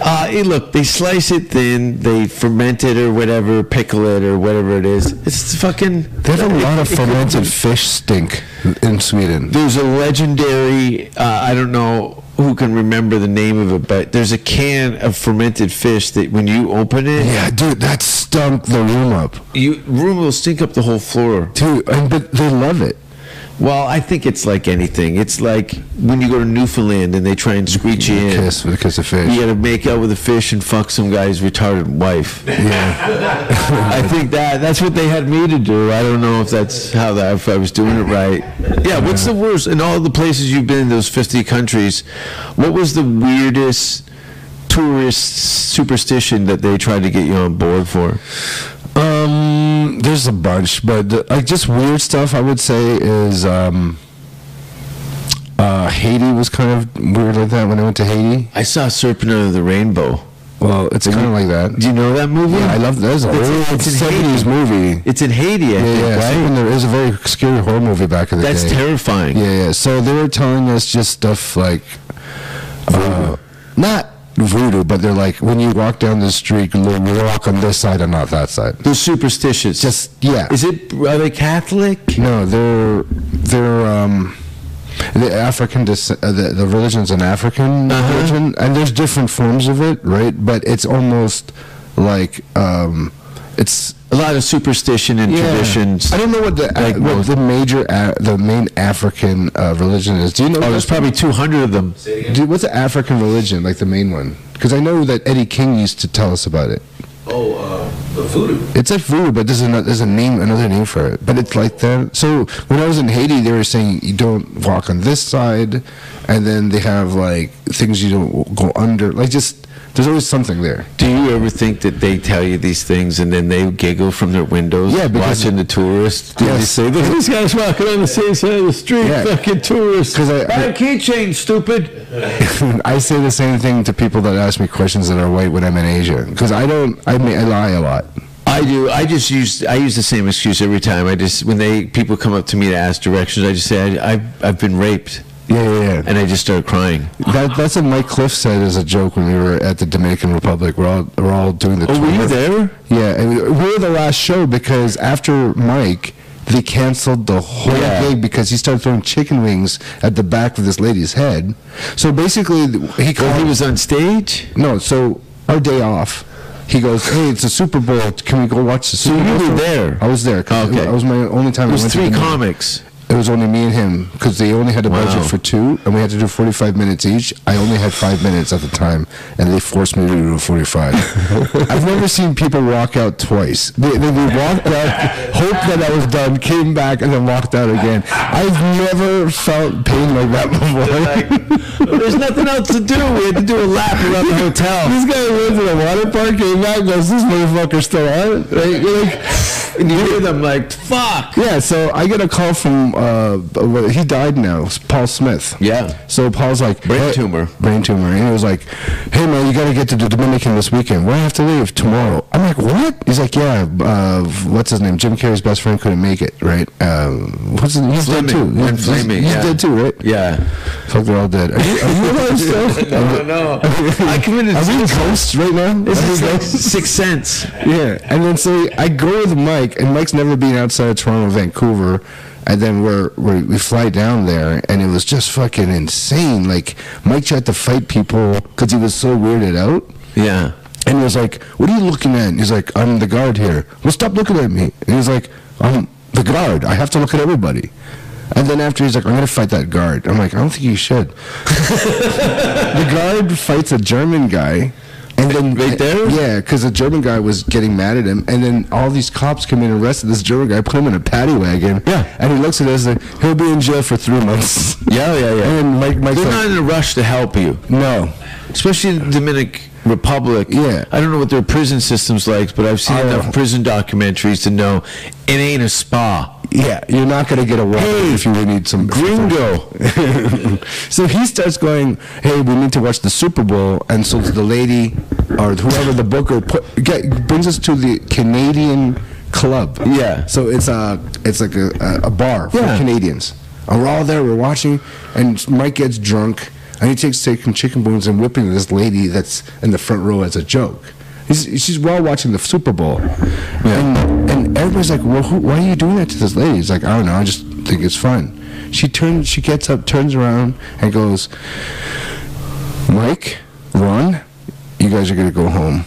Speaker 6: Uh, eh, look, they slice it thin, they ferment it or whatever, pickle it or whatever it is. It's fucking.
Speaker 7: There's a lot of fermented fish stink in Sweden.
Speaker 6: there's a legendary uh, i don't know who can remember the name of it but there's a can of fermented fish that when you open it
Speaker 7: Yeah, dude, that stunk the room up,
Speaker 6: you room will stink up the whole floor
Speaker 7: dude. And but they love it.
Speaker 6: well i think it's like anything it's like when you go to newfoundland and they try and squeegee you in
Speaker 7: Kiss with a kiss of fish.
Speaker 6: you gotta make out with a fish and fuck some guy's retarded (laughs) wife i think that that's what they had me to do i don't know if that's how that if i was doing it right yeah what's the worst in all the places you've been in those 50 countries what was the weirdest tourist superstition that they tried to get you on board for
Speaker 7: Um, there's a bunch, but the, like just weird stuff. I would say is um, uh, Haiti was kind of weird like that when I went to Haiti.
Speaker 6: i saw serpent under the rainbow
Speaker 7: Well, it's kind of like that.
Speaker 6: do you know that movie
Speaker 7: Yeah, I love that. That's a
Speaker 6: It's-
Speaker 7: old
Speaker 6: it's in
Speaker 7: seventies
Speaker 6: Haiti.
Speaker 7: movie.
Speaker 6: it's in haiti I
Speaker 7: Yeah,
Speaker 6: think,
Speaker 7: yeah.
Speaker 6: right?
Speaker 7: Something that- it was a very scary horror movie back in the
Speaker 6: that's
Speaker 7: day.
Speaker 6: terrifying
Speaker 7: Yeah, yeah. So they were telling us just stuff like, uh, not voodoo, but they're like when you walk down the street, you walk on this side and not that side.
Speaker 6: They're superstitious.
Speaker 7: Just yeah.
Speaker 6: Is it? Are they Catholic?
Speaker 7: No, they're they're um, the African dis- uh, the, the religion's an African
Speaker 6: Uh-huh.
Speaker 7: religion, and there's different forms of it, right? But it's almost like um, it's
Speaker 6: A lot of superstition and traditions.
Speaker 7: I don't know what the
Speaker 6: Like
Speaker 7: uh, what
Speaker 6: most-
Speaker 7: the major a the main African uh, religion is. Do you know?
Speaker 6: Oh, there's probably 200 of them.
Speaker 7: Dude, what's the African religion like the main one? Because I know that Eddie King used to tell us about it.
Speaker 8: Oh, uh, the voodoo.
Speaker 7: It's like voodoo, but there's another, there's a name, another name for it. But it's like that. So when I was in Haiti, they were saying you don't walk on this side, and then they have like things you don't go under. Like just there's always something there.
Speaker 6: Do you ever think that they tell you these things and then they giggle from their windows
Speaker 7: Yeah, because-
Speaker 6: watching the tourists? Do
Speaker 7: Yes.
Speaker 6: they say, "Look, this guy's walking on the same side of the street,
Speaker 7: Yeah.
Speaker 6: (laughs) fucking tourists.
Speaker 7: 'Cause I-
Speaker 6: Buy a keychain, stupid.
Speaker 7: (laughs) I say the same thing to people that ask me questions that are white when I'm in Asia because I don't. I mean, I lie a lot.
Speaker 6: I do. I just use I use the same excuse every time. I just when they people come up to me to ask directions, I just say I, I've I've been raped,
Speaker 7: Yeah, yeah, yeah.
Speaker 6: and I just start crying.
Speaker 7: That, that's what Mike Cliff said as a joke when we were at the Dominican Republic. We're all we're all doing the.
Speaker 6: Oh, were you
Speaker 7: tour.
Speaker 6: there?
Speaker 7: Yeah, and we were the last show because after Mike, they canceled the whole
Speaker 6: Yeah.
Speaker 7: thing because he started throwing chicken wings at the back of this lady's head. So basically, th- he called.
Speaker 6: Well, he was on stage.
Speaker 7: no. So our day off, he goes, "Hey, it's a Super Bowl. Can we go watch the Super
Speaker 6: you
Speaker 7: Bowl?"
Speaker 6: were there?
Speaker 7: I was there. 'cause
Speaker 6: Okay.
Speaker 7: That was my only time. I
Speaker 6: It was
Speaker 7: went to
Speaker 6: three
Speaker 7: the movie.
Speaker 6: comics.
Speaker 7: It was only me and him because they only had a budget
Speaker 6: Wow.
Speaker 7: for two, and we had to do forty-five minutes each. I only had five minutes at the time, and they forced me to do forty-five. I've never seen people walk out twice. They, they, they walked out, hoped that I was done, came back, and then walked out again. I've never felt pain like that before.
Speaker 6: There's nothing else to do. We had to do a lap around the hotel.
Speaker 7: this guy went to the water park, came back, goes, "This motherfucker's still on." it?" Like, like
Speaker 6: And you hear them like, "Fuck."
Speaker 7: Yeah, so I get a call from uh, well, he died now, it's Paul Smith.
Speaker 6: Yeah.
Speaker 7: So Paul's like
Speaker 6: Brain
Speaker 7: "Hey-"
Speaker 6: tumor.
Speaker 7: brain tumor, and he was like, "Hey man, you gotta get to the Dominican this weekend. Well, I have to leave tomorrow." I'm like, "What?" He's like, "Yeah, uh, what's his name? Jim Carrey's best friend couldn't make it, right? Um, what's his name? He's dead too.
Speaker 6: Fleming. Len
Speaker 7: He's-
Speaker 6: Fleming,
Speaker 7: He's
Speaker 6: yeah.
Speaker 7: dead too, right?
Speaker 6: Yeah.
Speaker 7: Fuck, they're all dead. Are you, are
Speaker 6: (laughs)
Speaker 7: you alive still?
Speaker 6: No, no. I committed
Speaker 7: Are we ghosts right now? Are we
Speaker 6: like
Speaker 7: ghosts?
Speaker 6: (laughs) six cents.
Speaker 7: Yeah, and then so I go with Mike, and Mike's never been outside of Toronto, Vancouver, and then we're, we we fly down there, and it was just fucking insane. Like Mike tried to fight people because he was so weirded out,
Speaker 6: Yeah.
Speaker 7: and he was like, "What are you looking at?" And he's like, "I'm the guard here." Well, stop looking at me. And he's like, "I'm the guard. I have to look at everybody." And then after he's like, "I'm gonna fight that guard." I'm like, "I don't think you should." (laughs) the guard fights a German guy, and then
Speaker 6: Right there?
Speaker 7: yeah, because the German guy was getting mad at him, and then all these cops come in and arrested this German guy, put him in a paddy wagon,
Speaker 6: Yeah.
Speaker 7: and he looks at us like he'll be in jail for three months.
Speaker 6: Yeah, yeah, yeah.
Speaker 7: And Mike, Mike's
Speaker 6: They're not
Speaker 7: like,
Speaker 6: in a rush to help you,
Speaker 7: no,
Speaker 6: especially the Dominican Republic.
Speaker 7: Yeah.
Speaker 6: I don't know what their prison system's like, but I've seen
Speaker 7: Oh.
Speaker 6: enough prison documentaries to know it ain't a spa.
Speaker 7: yeah, you're not gonna get a walk
Speaker 6: Hey,
Speaker 7: if you need some
Speaker 6: gringo.
Speaker 7: (laughs) so he starts going, "Hey, we need to watch the Super Bowl," and so the lady or whoever the booker put, get, brings us to the Canadian club.
Speaker 6: Yeah.
Speaker 7: So it's a it's like a, a, a bar for
Speaker 6: Yeah.
Speaker 7: Canadians. And we're all there. We're watching, and Mike gets drunk, and he takes taking chicken bones and whipping this lady that's in the front row as a joke. He's, she's while watching the Super Bowl, and, and everybody's like, "Well, who, why are you doing that to this lady?" He's like, "I don't know. I just think it's fun." She turns, she gets up, turns around, and goes, "Mike, Ron, you guys are gonna go home.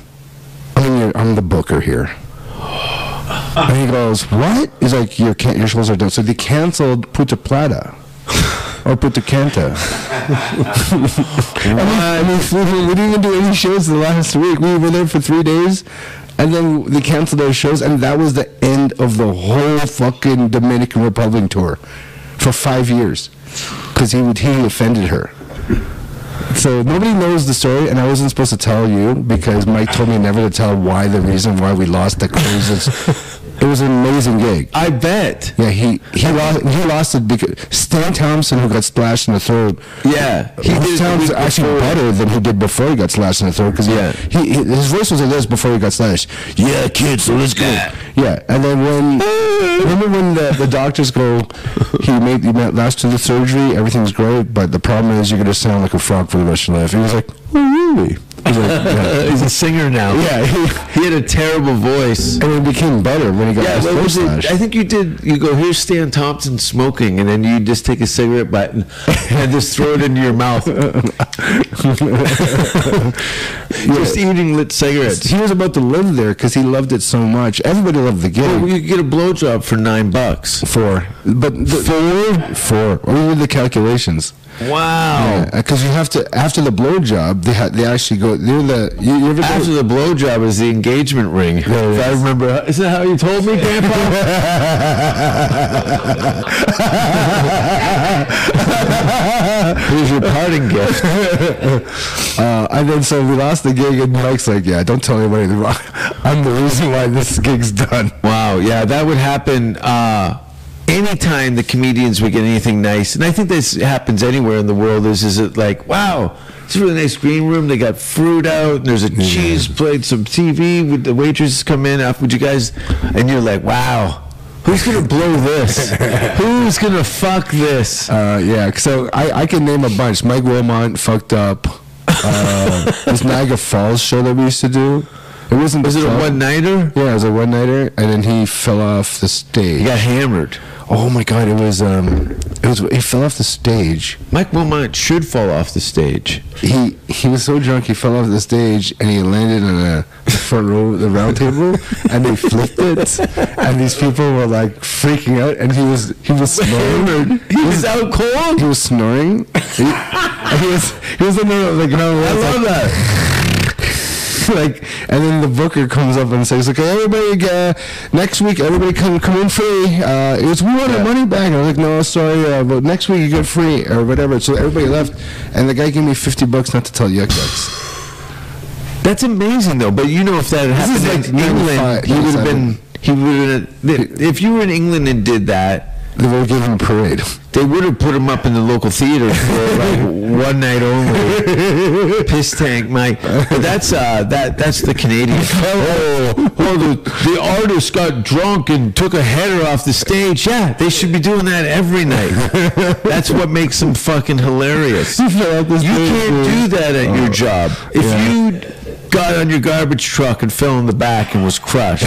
Speaker 7: I'm your, I'm the booker here." And he goes, "What?" He's like, "Your can- your shows are done." So they canceled Puta Plata or Puta Canta. I mean, I mean, we, we didn't even do any shows the last week. We were there for three days, and then they canceled those shows, and that was the end of the whole fucking Dominican Republic tour for five years because he would, he offended her. So nobody knows the story, and I wasn't supposed to tell you because Mike told me never to tell why the reason why we lost the cruises. it was an amazing gig.
Speaker 6: I bet.
Speaker 7: Yeah, he he lost he lost it because Stan Thompson, who got slashed in the throat.
Speaker 6: Yeah, he
Speaker 7: he
Speaker 6: did it the
Speaker 7: did sounds
Speaker 6: week
Speaker 7: actually
Speaker 6: before.
Speaker 7: better than he did before he got slashed in the throat. Because
Speaker 6: Yeah.
Speaker 7: he, he his voice was like this before he got slashed. Yeah, kid, so let's go. Yeah, and then when
Speaker 6: (laughs)
Speaker 7: remember when the, the doctors go, he made he made last to the surgery, everything's great, but the problem is you're gonna sound like a frog for the rest of your life. He was like, oh really? He's like,
Speaker 6: (laughs)
Speaker 7: yeah.
Speaker 6: He's a singer now.
Speaker 7: Yeah, he-
Speaker 6: he had a terrible voice.
Speaker 7: And it became better when he got
Speaker 6: Yeah,
Speaker 7: his
Speaker 6: what was it?
Speaker 7: mustache.
Speaker 6: I think you did. You go here's Stan Thompson smoking, and then you just take a cigarette butt (laughs) and, and just throw it into your (laughs) mouth. (laughs)
Speaker 7: (laughs)
Speaker 6: just eating lit cigarettes.
Speaker 7: He was about to live there because he loved it so much. Everybody loved the
Speaker 6: Well,
Speaker 7: gig.
Speaker 6: you get a blowjob for nine bucks.
Speaker 7: Four, but the, four, four. We did the calculations.
Speaker 6: Wow.
Speaker 7: because you have to after the blowjob, they ha- they actually go. They're the you, you ever go-
Speaker 6: After the blowjob is the engagement ring.
Speaker 7: it
Speaker 6: if I
Speaker 7: is.
Speaker 6: remember, is that how you told me,
Speaker 7: (laughs)
Speaker 6: Grandpa?
Speaker 7: Here's your parting gift. (laughs) uh, and then so we lost the gig, and Mike's like, "Yeah, don't tell anybody. the wrong- (laughs) I'm the reason why this gig's done."
Speaker 6: Wow, yeah, that would happen uh, anytime the comedians would get anything nice, and I think this happens anywhere in the world. Is is it like, wow, it's a really nice green room. They got fruit out, and there's a cheese plate, some TV. With the waitresses come in after would you guys, and you're like, wow. Who's gonna blow
Speaker 7: (laughs)
Speaker 6: this? Who's gonna fuck this?
Speaker 7: Uh, yeah, so I, I can name a bunch. Mike Wilmont fucked up.
Speaker 6: (laughs)
Speaker 7: Uh, this Niagara Falls show that we used to do. It wasn't.
Speaker 6: Was it a one nighter?
Speaker 7: Yeah, it was a one nighter, and then he fell off the
Speaker 6: He
Speaker 7: stage.
Speaker 6: got hammered.
Speaker 7: Oh my god, it was um, it was he fell off the stage.
Speaker 6: Mike Wilmot should fall off the stage.
Speaker 7: he he was so drunk he fell off the stage and he landed on a the front row of the round table and they flipped it and these people were like freaking out and he was he was snoring
Speaker 6: He was out cold.
Speaker 7: he was snoring he, he was he was in the like ground
Speaker 6: I love
Speaker 7: like,
Speaker 6: that.
Speaker 7: (laughs) like and then the booker comes up and says okay everybody uh, next week everybody come come in free uh, it was we want our money back and I was like no sorry uh, but next week you get free or whatever so everybody left and the guy gave me 50 bucks not to tell yuck yucks
Speaker 6: That's amazing, though. But you know, if that had
Speaker 7: This
Speaker 6: happened
Speaker 7: is
Speaker 6: in
Speaker 7: like
Speaker 6: England,
Speaker 7: 95,
Speaker 6: he would have
Speaker 7: 97.
Speaker 6: been. He would have. If you were in England and did that,
Speaker 7: They would give him a (laughs) parade.
Speaker 6: they would have put him up in the local theater for (laughs) like one night only. Piss tank, Mike. But that's uh, that. That's the Canadian. (laughs) Oh, oh the, the artist got drunk and took a header off the stage. Yeah, they should be doing that every night. That's what makes them fucking (laughs) hilarious. You can't do that at your job. If
Speaker 7: yeah.
Speaker 6: you got on your garbage truck and fell in the back and was
Speaker 7: (laughs)
Speaker 6: crushed,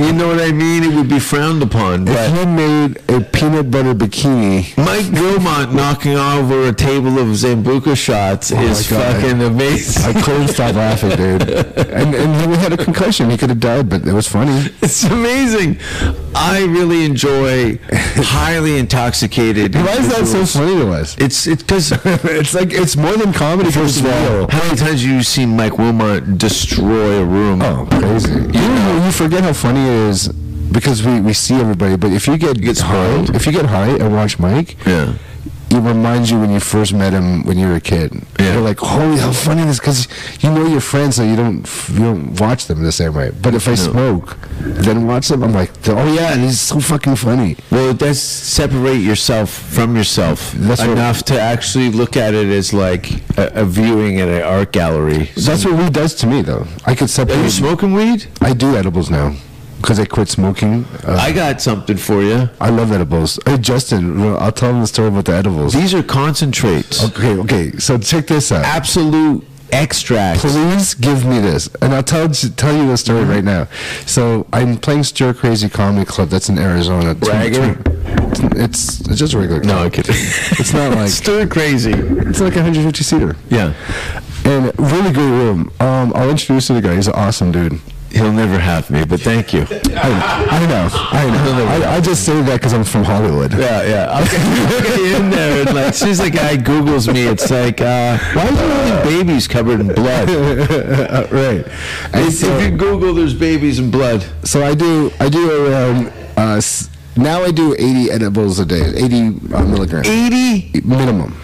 Speaker 6: you know what I mean? It would be frowned upon.
Speaker 7: If
Speaker 6: But
Speaker 7: you made a peanut butter bikini,
Speaker 6: Mike Wilmot knocking over a table of Zambuca shots
Speaker 7: Oh my
Speaker 6: is
Speaker 7: God.
Speaker 6: fucking
Speaker 7: I
Speaker 6: amazing.
Speaker 7: couldn't stop laughing, dude. And, and he had a concussion. He could have died, but it was funny.
Speaker 6: (laughs) It's amazing. I really enjoy highly intoxicated.
Speaker 7: (laughs) Why is that so funny to us?
Speaker 6: It's it's because.
Speaker 7: (laughs) It's like it's more than comedy. First of all,
Speaker 6: How many times have you seen Mike Wilmot destroy a room?
Speaker 7: oh, crazy! You, you forget how funny it is because we, we see everybody. But if you get,
Speaker 6: gets
Speaker 7: high,
Speaker 6: spoiled.
Speaker 7: if you get high and watch Mike,
Speaker 6: Yeah.
Speaker 7: it reminds you when you first met him when you were a kid.
Speaker 6: Yeah.
Speaker 7: You're like, holy, how funny this, because you know your friends, so you don't f- you don't watch them the same way. But if I smoke, then watch them, I'm like, oh yeah, and he's so fucking funny.
Speaker 6: Well, it does separate yourself from yourself
Speaker 7: That's what-
Speaker 6: enough to actually look at it as like a, a viewing at an art gallery.
Speaker 7: That's what weed does to me, though. I could
Speaker 6: Are you
Speaker 7: separate.
Speaker 6: smoking weed?
Speaker 7: I do edibles now because I quit smoking. Uh,
Speaker 6: I got something for you.
Speaker 7: I love edibles. Hey, Justin, I'll tell him the story about the edibles.
Speaker 6: These are concentrates,
Speaker 7: Okay, okay. So check this out.
Speaker 6: absolute extracts.
Speaker 7: Please give me this, and I'll tell tell you the story right now. So I'm playing Stir Crazy Comedy Club. That's in Arizona. It's-
Speaker 6: Bragger?
Speaker 7: It's it's just a regular.
Speaker 6: No,
Speaker 7: club.
Speaker 6: I kidding.
Speaker 7: It's not
Speaker 6: (laughs)
Speaker 7: like
Speaker 6: stir crazy.
Speaker 7: it's like 150 seater.
Speaker 6: Yeah,
Speaker 7: And really great room. Um, I'll introduce you to the guy. He's an awesome dude.
Speaker 6: he'll never have me, but thank you.
Speaker 7: I, I know. I know. I, I just say that because I'm from Hollywood.
Speaker 6: Yeah, yeah. I'll get, (laughs) I'll get in there and like, as soon as the guy Googles me, it's like, uh, why are there only babies covered in blood?
Speaker 7: (laughs) right. And
Speaker 6: If
Speaker 7: so,
Speaker 6: you Google, there's babies in blood.
Speaker 7: so I do. I do around. Uh, s- now I do 80 edibles a day. 80 uh, milligrams.
Speaker 6: 80
Speaker 7: minimum,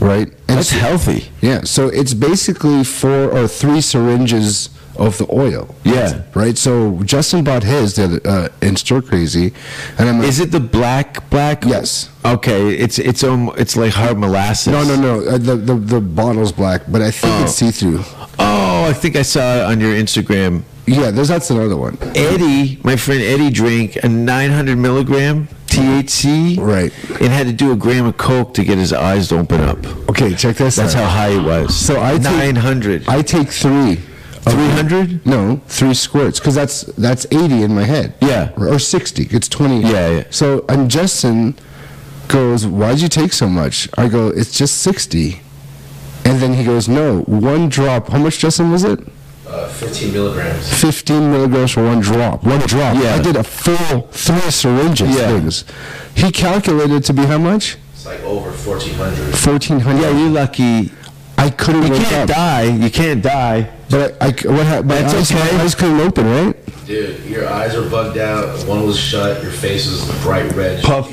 Speaker 7: right? And
Speaker 6: That's
Speaker 7: so-
Speaker 6: healthy.
Speaker 7: Yeah, so it's basically four or three syringes of the oil.
Speaker 6: Yeah.
Speaker 7: right. So Justin bought his the other, uh, in Stir Crazy, and I'm
Speaker 6: Is it the black black?
Speaker 7: Yes.
Speaker 6: Okay, it's it's um, it's like hard molasses.
Speaker 7: no, no, no. Uh, the, the the bottle's black, but I think it's see through.
Speaker 6: Oh, I think I saw it on your Instagram.
Speaker 7: Yeah, there's that's another one.
Speaker 6: Eddie, my friend Eddie, drank a 900 milligram THC.
Speaker 7: Right.
Speaker 6: And had to do a gram of coke to get his eyes to open up.
Speaker 7: Okay, check this.
Speaker 6: That's
Speaker 7: out.
Speaker 6: how high he was.
Speaker 7: So I take-
Speaker 6: nine hundred.
Speaker 7: I take three.
Speaker 6: Three hundred.
Speaker 7: No, three squirts, because that's that's eighty in my head.
Speaker 6: Yeah.
Speaker 7: or, or sixty. It's twenty.
Speaker 6: Yeah, yeah.
Speaker 7: So and Justin goes, "Why'd you take so much?" I go, "It's just 60. And then he goes, "No, one drop. How much, Justin? Was it
Speaker 8: Uh, 15 milligrams.
Speaker 7: fifteen milligrams for one drop? One drop.
Speaker 6: Yeah.
Speaker 7: I did a full three syringes.
Speaker 6: Yeah.
Speaker 7: Things. He calculated to be how much?
Speaker 8: It's like over 1,400.
Speaker 7: Fourteen hundred.
Speaker 6: Yeah, you're lucky.
Speaker 7: I couldn't
Speaker 6: You
Speaker 7: wake
Speaker 6: can't
Speaker 7: up.
Speaker 6: die. You can't die.
Speaker 7: But I, I what happened? My,
Speaker 6: That's
Speaker 7: eyes- my
Speaker 6: okay.
Speaker 7: eyes couldn't open, right?
Speaker 8: Dude, your eyes were bugged out. One was shut. Your face was bright red.
Speaker 6: Puff.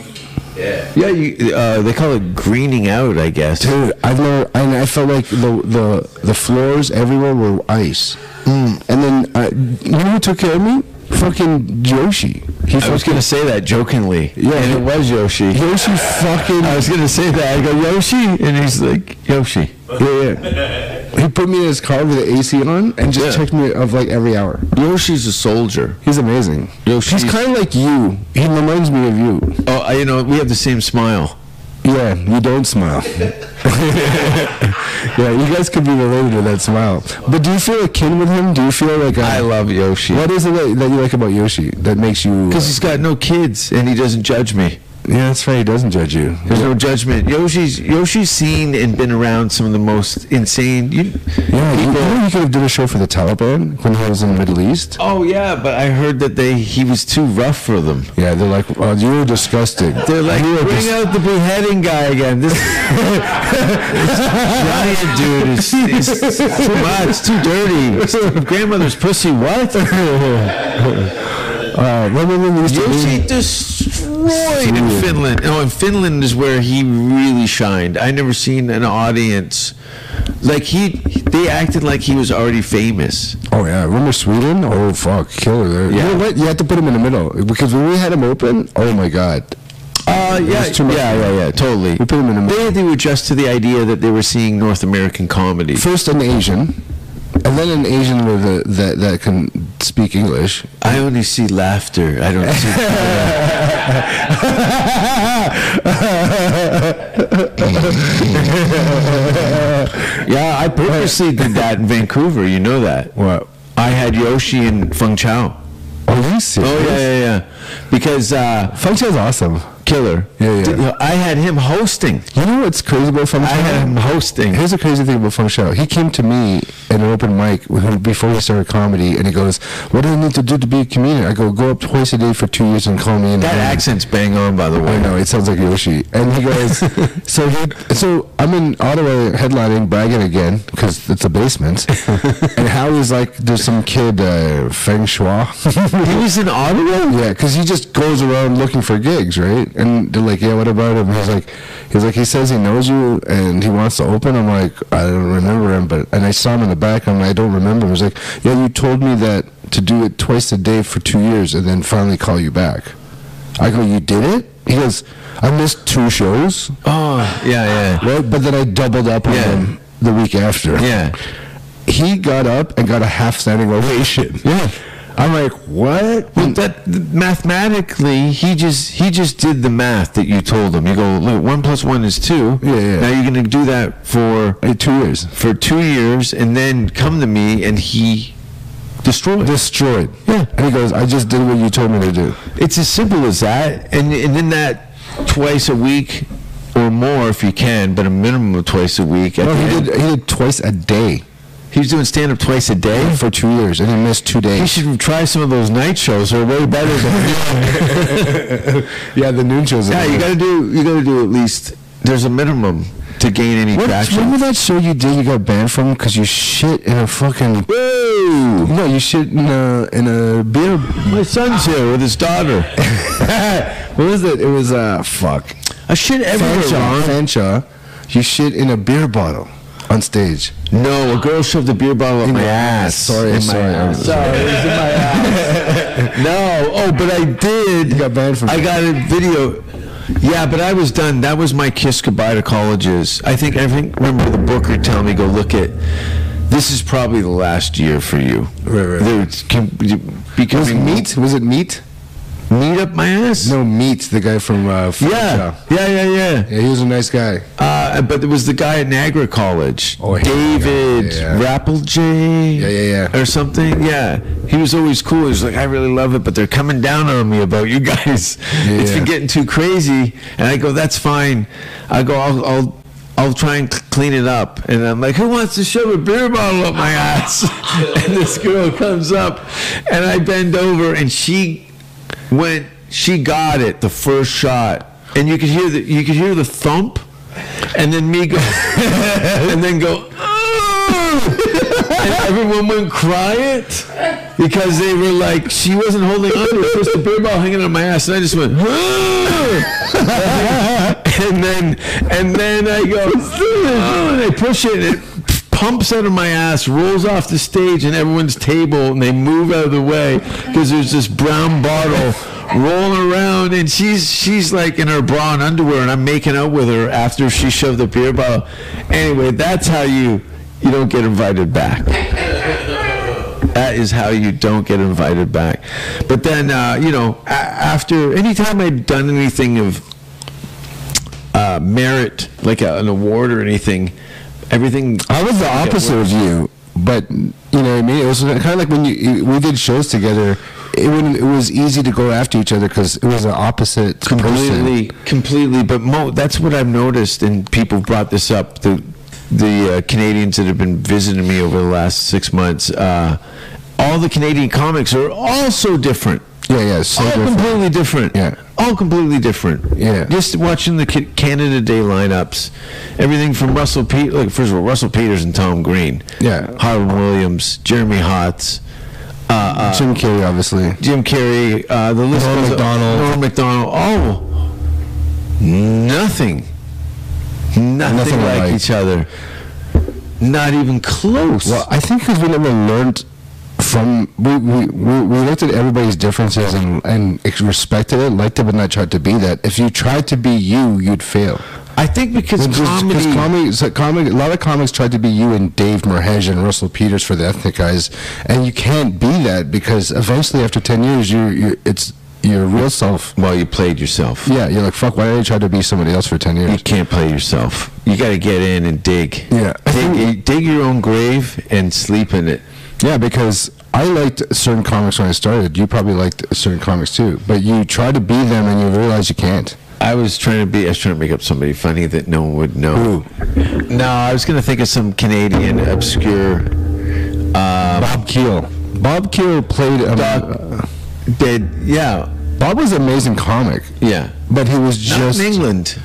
Speaker 8: Yeah.
Speaker 6: Yeah, you, uh, they call it greening out, I guess.
Speaker 7: Dude, I've never, and I felt like the the the floors everywhere were ice. And then uh, you know who took care of me? Fucking Yoshi. He
Speaker 6: I was
Speaker 7: fucking
Speaker 6: gonna say that jokingly.
Speaker 7: Yeah,
Speaker 6: and it
Speaker 7: he-
Speaker 6: was Yoshi.
Speaker 7: Yoshi fucking.
Speaker 6: I was gonna say that. I go Yoshi, and he's like Yoshi.
Speaker 7: Yeah, yeah. He put me in his car with the AC on and just
Speaker 6: Yeah.
Speaker 7: checked me of like every hour.
Speaker 6: Yoshi's a soldier.
Speaker 7: He's amazing.
Speaker 6: Yoshi's
Speaker 7: He's kind of like you. He reminds me of you.
Speaker 6: Oh, I- you know, we have the same smile.
Speaker 7: Yeah, you don't smile. (laughs) yeah, you guys could be related to that smile. But do you feel akin with him? Do you feel like uh,
Speaker 6: I love Yoshi
Speaker 7: What is it that, that you like about Yoshi that makes you?
Speaker 6: because he's got no kids and he doesn't judge me.
Speaker 7: yeah, that's right. He doesn't judge you.
Speaker 6: There's no judgment. Yoshi's Yoshi's seen and been around some of the most insane. You,
Speaker 7: Yeah, you, you know he could have done a show for the Taliban when he was in the Middle East.
Speaker 6: oh yeah, but I heard that they he was too rough for them.
Speaker 7: Yeah, they're like, oh, you're (laughs) disgusting.
Speaker 6: They're like,
Speaker 7: You are
Speaker 6: bring
Speaker 7: dis-
Speaker 6: out the beheading guy again. (laughs) This, this giant dude is, is too much, it's too dirty. It's too- (laughs) grandmother's pussy,
Speaker 7: (laughs)
Speaker 6: what?
Speaker 7: Uh, remember when we used to
Speaker 6: Yoshi
Speaker 7: be-
Speaker 6: destroyed in Finland. Oh, and Finland is where he really shined. I never seen an audience like he. They acted like he was already famous.
Speaker 7: Oh yeah, remember Sweden? Oh fuck, killer there.
Speaker 6: Yeah.
Speaker 7: You know what? You had to put him in the middle because when we had him open, oh my god,
Speaker 6: Uh, yeah,
Speaker 7: was too much.
Speaker 6: yeah, yeah, yeah, totally.
Speaker 7: we put him in the middle.
Speaker 6: They had to adjust to the idea that they were seeing North American comedy.
Speaker 7: First an Asian, and then an Asian with a, that that can speak English.
Speaker 6: I only see laughter. I don't see. (laughs) yeah, I purposely did that in Vancouver. You know that.
Speaker 7: What?
Speaker 6: I had Yoshi and Feng Chao.
Speaker 7: Are you serious?
Speaker 6: Oh yeah, yeah, yeah. Because uh,
Speaker 7: Feng Chiao's awesome.
Speaker 6: killer.
Speaker 7: Yeah, yeah.
Speaker 6: Did- I had him hosting.
Speaker 7: You know what's crazy about Feng
Speaker 6: I
Speaker 7: Chao?
Speaker 6: had him hosting.
Speaker 7: Here's the crazy thing about Feng Shao. He came to me at an open mic when- before we started comedy, and he goes, "What do I need to do to be a comedian?" I go, "Go up twice a day for two years and call me." In
Speaker 6: That accent's bang on, by the
Speaker 7: I
Speaker 6: way.
Speaker 7: know it sounds like Yoshi, and he
Speaker 6: (laughs)
Speaker 7: goes, "So he, so I'm in Ottawa headlining, bragging again because it's a
Speaker 6: (laughs)
Speaker 7: basement." and Howie's like, "There's some kid uh, Feng Shua."
Speaker 6: (laughs) He was in Ottawa.
Speaker 7: Yeah, because he just goes around looking for gigs, right? And they're like, "Yeah, what about him?" He's like, "He's like, he says he knows you and he wants to open." I'm like, "I don't remember him," but and I saw him in the back. I'm like, "I don't remember." him. He's like, "Yeah, you told me that to do it twice a day for two years and then finally call you back." I go, "You did it?" He goes, "I missed two shows,
Speaker 6: Oh, yeah, yeah,
Speaker 7: right? But then I doubled up on
Speaker 6: Yeah.
Speaker 7: him the week after."
Speaker 6: yeah.
Speaker 7: he got up and got a half standing ovation.
Speaker 6: Yeah.
Speaker 7: I'm like, "What?"
Speaker 6: Well, that mathematically, he just he just did the math that you told him. You go, look, one plus one is two.
Speaker 7: Yeah, yeah.
Speaker 6: Now you're gonna do that for
Speaker 7: Uh, two years.
Speaker 6: for two years, and then come to me, and he destroyed.
Speaker 7: destroyed.
Speaker 6: Yeah.
Speaker 7: And he goes, I just did what you told me to do.
Speaker 6: It's as simple as that, and and then that twice a week or more if you can, but a minimum of twice a week. at
Speaker 7: No,
Speaker 6: the
Speaker 7: he
Speaker 6: end.
Speaker 7: did. He did twice a day
Speaker 6: He was doing stand up twice a day.
Speaker 7: for two years, and he missed two
Speaker 6: He
Speaker 7: days.
Speaker 6: should try some of those night shows. They're way better than.
Speaker 7: yeah, the noon
Speaker 6: (laughs)
Speaker 7: shows.
Speaker 6: yeah, you gotta do. You gotta do at least. There's a minimum to gain any
Speaker 7: What,
Speaker 6: traction.
Speaker 7: remember that show you did? You got banned from because you shit in a fucking.
Speaker 6: Whoa!
Speaker 7: No, you shit in a in a beer.
Speaker 6: My son's here with his daughter.
Speaker 7: (laughs) what was it? It was uh fuck.
Speaker 6: I shit everywhere.
Speaker 7: Fanshawe.
Speaker 6: Ron.
Speaker 7: Fanshawe. You shit in a beer bottle on stage.
Speaker 6: No, a girl shoved a beer bottle up my ass.
Speaker 7: Sorry,
Speaker 6: In my
Speaker 7: sorry.
Speaker 6: ass.
Speaker 7: I'm-
Speaker 6: Sorry, it was in my ass. (laughs) No, oh, but I did.
Speaker 7: You got banned from
Speaker 6: I
Speaker 7: that.
Speaker 6: got a video. Yeah, but I was done. That was my kiss goodbye to colleges. I think I think remember the booker telling me, "Go look at." This is probably the last year for you.
Speaker 7: Right, right.
Speaker 6: There- it's com-
Speaker 7: Was it
Speaker 6: becoming
Speaker 7: meat? Was it meat?
Speaker 6: Meat up my ass?
Speaker 7: No, meat the guy from uh, Freak
Speaker 6: Yeah.
Speaker 7: Show.
Speaker 6: Yeah, yeah, yeah.
Speaker 7: yeah, he was a nice guy.
Speaker 6: Uh, but there was the guy at Niagara College,
Speaker 7: Oh, yeah,
Speaker 6: David
Speaker 7: yeah, yeah.
Speaker 6: Rappelj,
Speaker 7: Yeah, yeah, yeah.
Speaker 6: or something. Yeah, he was always cool. He was like, "I really love it, but they're coming down on me about you guys. It's been
Speaker 7: Yeah.
Speaker 6: getting too crazy." And I go, "That's fine." I go, "I'll." I'll I'll try and c- clean it up. And I'm like, who wants to shove a beer bottle up my ass? (laughs) and this girl comes up and I bend over and she went, she got it the first shot. And you could hear the, you could hear the thump and then me go, (laughs) and then go, "Oh!" and everyone went quiet because they were like, she wasn't holding on to it. It was the beer bottle hanging on my ass, and I just went, "Oh!" (laughs) and then and then I go, "Oh," and I push it. And it Pumps out of my ass, rolls off the stage and everyone's table, and they move out of the way because there's this brown bottle rolling around, and she's she's like in her bra and underwear, and I'm making out with her after she shoved the beer bottle. Anyway, that's how you you don't get invited back. That is how you don't get invited back. But then, uh, you know, a- after any time I'd done anything of uh, merit, like a, an award or anything, everything.
Speaker 7: I was the opposite of you, but you know what I mean. It was kind of like when you, you we did shows together. It wouldn't, it was easy to go after each other because it was an opposite person.
Speaker 6: completely, completely. But Mo, that's what I've noticed, and people brought this up. The the uh, Canadians that have been visiting me over the last six months, uh, all the Canadian comics are all so different.
Speaker 7: Yeah, yeah, so
Speaker 6: all
Speaker 7: different.
Speaker 6: completely different.
Speaker 7: Yeah.
Speaker 6: All completely different.
Speaker 7: Yeah.
Speaker 6: Just watching the Ca- Canada Day lineups, everything from Russell Pete. Like first of all, Russell Peters and Tom Green.
Speaker 7: Yeah.
Speaker 6: Harlan Williams, Jeremy Hotz. Uh, uh,
Speaker 7: Jim Carrey, obviously.
Speaker 6: Jim Carrey, uh, the list
Speaker 7: Norm
Speaker 6: goes
Speaker 7: Macdonald.
Speaker 6: Norm Macdonald. Oh, nothing, nothing,
Speaker 7: Nothing
Speaker 6: like,
Speaker 7: alike.
Speaker 6: each other. Not even close.
Speaker 7: Well, I think because we never learned from we, we, we, we looked at everybody's differences and, and ex- respected it, liked it, but not tried to be that. If you tried to be you, you'd fail.
Speaker 6: I think because
Speaker 7: Well, just- 'cause
Speaker 6: comedy.
Speaker 7: comedy, it's like comic- a lot of comics tried to be you and Dave Merhej and Russell Peters for the ethnic guys, and you can't be that because eventually, after ten years, you you it's your real self.
Speaker 6: well, you played yourself.
Speaker 7: Yeah, you're like fuck. Why did I try to be somebody else for ten
Speaker 6: You
Speaker 7: years?
Speaker 6: can't play yourself. You got to get in and dig.
Speaker 7: Yeah.
Speaker 6: Dig, dig your own grave and sleep in it.
Speaker 7: Yeah, because I liked certain comics when I started. You probably liked certain comics too, but you try to be them and you realize you can't.
Speaker 6: I was trying to be. I was trying to make up somebody funny that no one would know. No, I was gonna think of some Canadian obscure. Uh,
Speaker 7: Bob Keel. Bob Keel played. Um,
Speaker 6: Doc- did yeah
Speaker 7: Bob was an amazing comic,
Speaker 6: yeah.
Speaker 7: but he was
Speaker 6: Not
Speaker 7: just
Speaker 6: in England.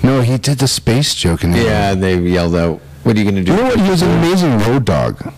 Speaker 7: no. He did the space joke in England.
Speaker 6: Yeah, they yelled out, "What are you gonna do?"
Speaker 7: You know what? He was an amazing road dog.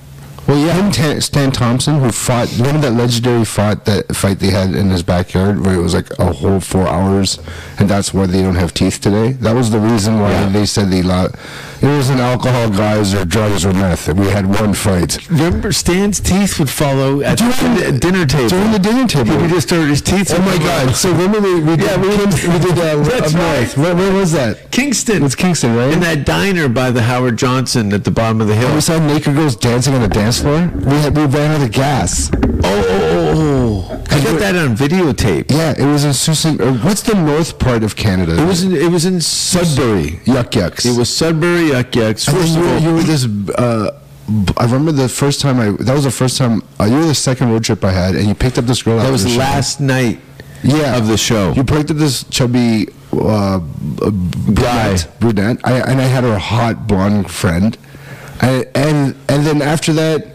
Speaker 7: Well, yeah, him, Tan Stan Thompson, who fought remember that legendary fight that fight they had in his backyard, where it was like a whole four hours, and that's why they don't have teeth today. That was the reason why
Speaker 6: Yeah.
Speaker 7: they said they lot. It was an alcohol, guys, or drugs, or meth. And we had one fight
Speaker 6: Remember, Stan's teeth would follow at
Speaker 7: During-
Speaker 6: the dinner table.
Speaker 7: during the dinner
Speaker 6: he
Speaker 7: table.
Speaker 6: would just started his teeth.
Speaker 7: Oh my God! So remember we, we did
Speaker 6: Yeah, we-
Speaker 7: we, we did uh,
Speaker 6: That's
Speaker 7: up north.
Speaker 6: right.
Speaker 7: Where, where was that?
Speaker 6: Kingston.
Speaker 7: It's Kingston, right?
Speaker 6: in that diner by the Howard Johnson at the bottom of the hill.
Speaker 7: we saw naked girls dancing on the dance floor. We had, we ran out of gas.
Speaker 6: oh, oh, oh, oh! I got that on videotape.
Speaker 7: Yeah, it was in Susan. Or what's the north part of Canada?
Speaker 6: It was in, it was in Sudbury.
Speaker 7: Yuck Yucks.
Speaker 6: It was Sudbury Yuck Yucks.
Speaker 7: And
Speaker 6: First
Speaker 7: then you,
Speaker 6: of
Speaker 7: were,
Speaker 6: all,
Speaker 7: you were this. Uh, b- I remember the first time I. That was the first time. Uh, you were the second road trip I had, and you picked up this girl.
Speaker 6: that
Speaker 7: out
Speaker 6: was
Speaker 7: of the show.
Speaker 6: last night.
Speaker 7: yeah
Speaker 6: of the show.
Speaker 7: You picked up this chubby uh, b- brunette, brunette. I, and I had her hot blonde friend, and and and then after that,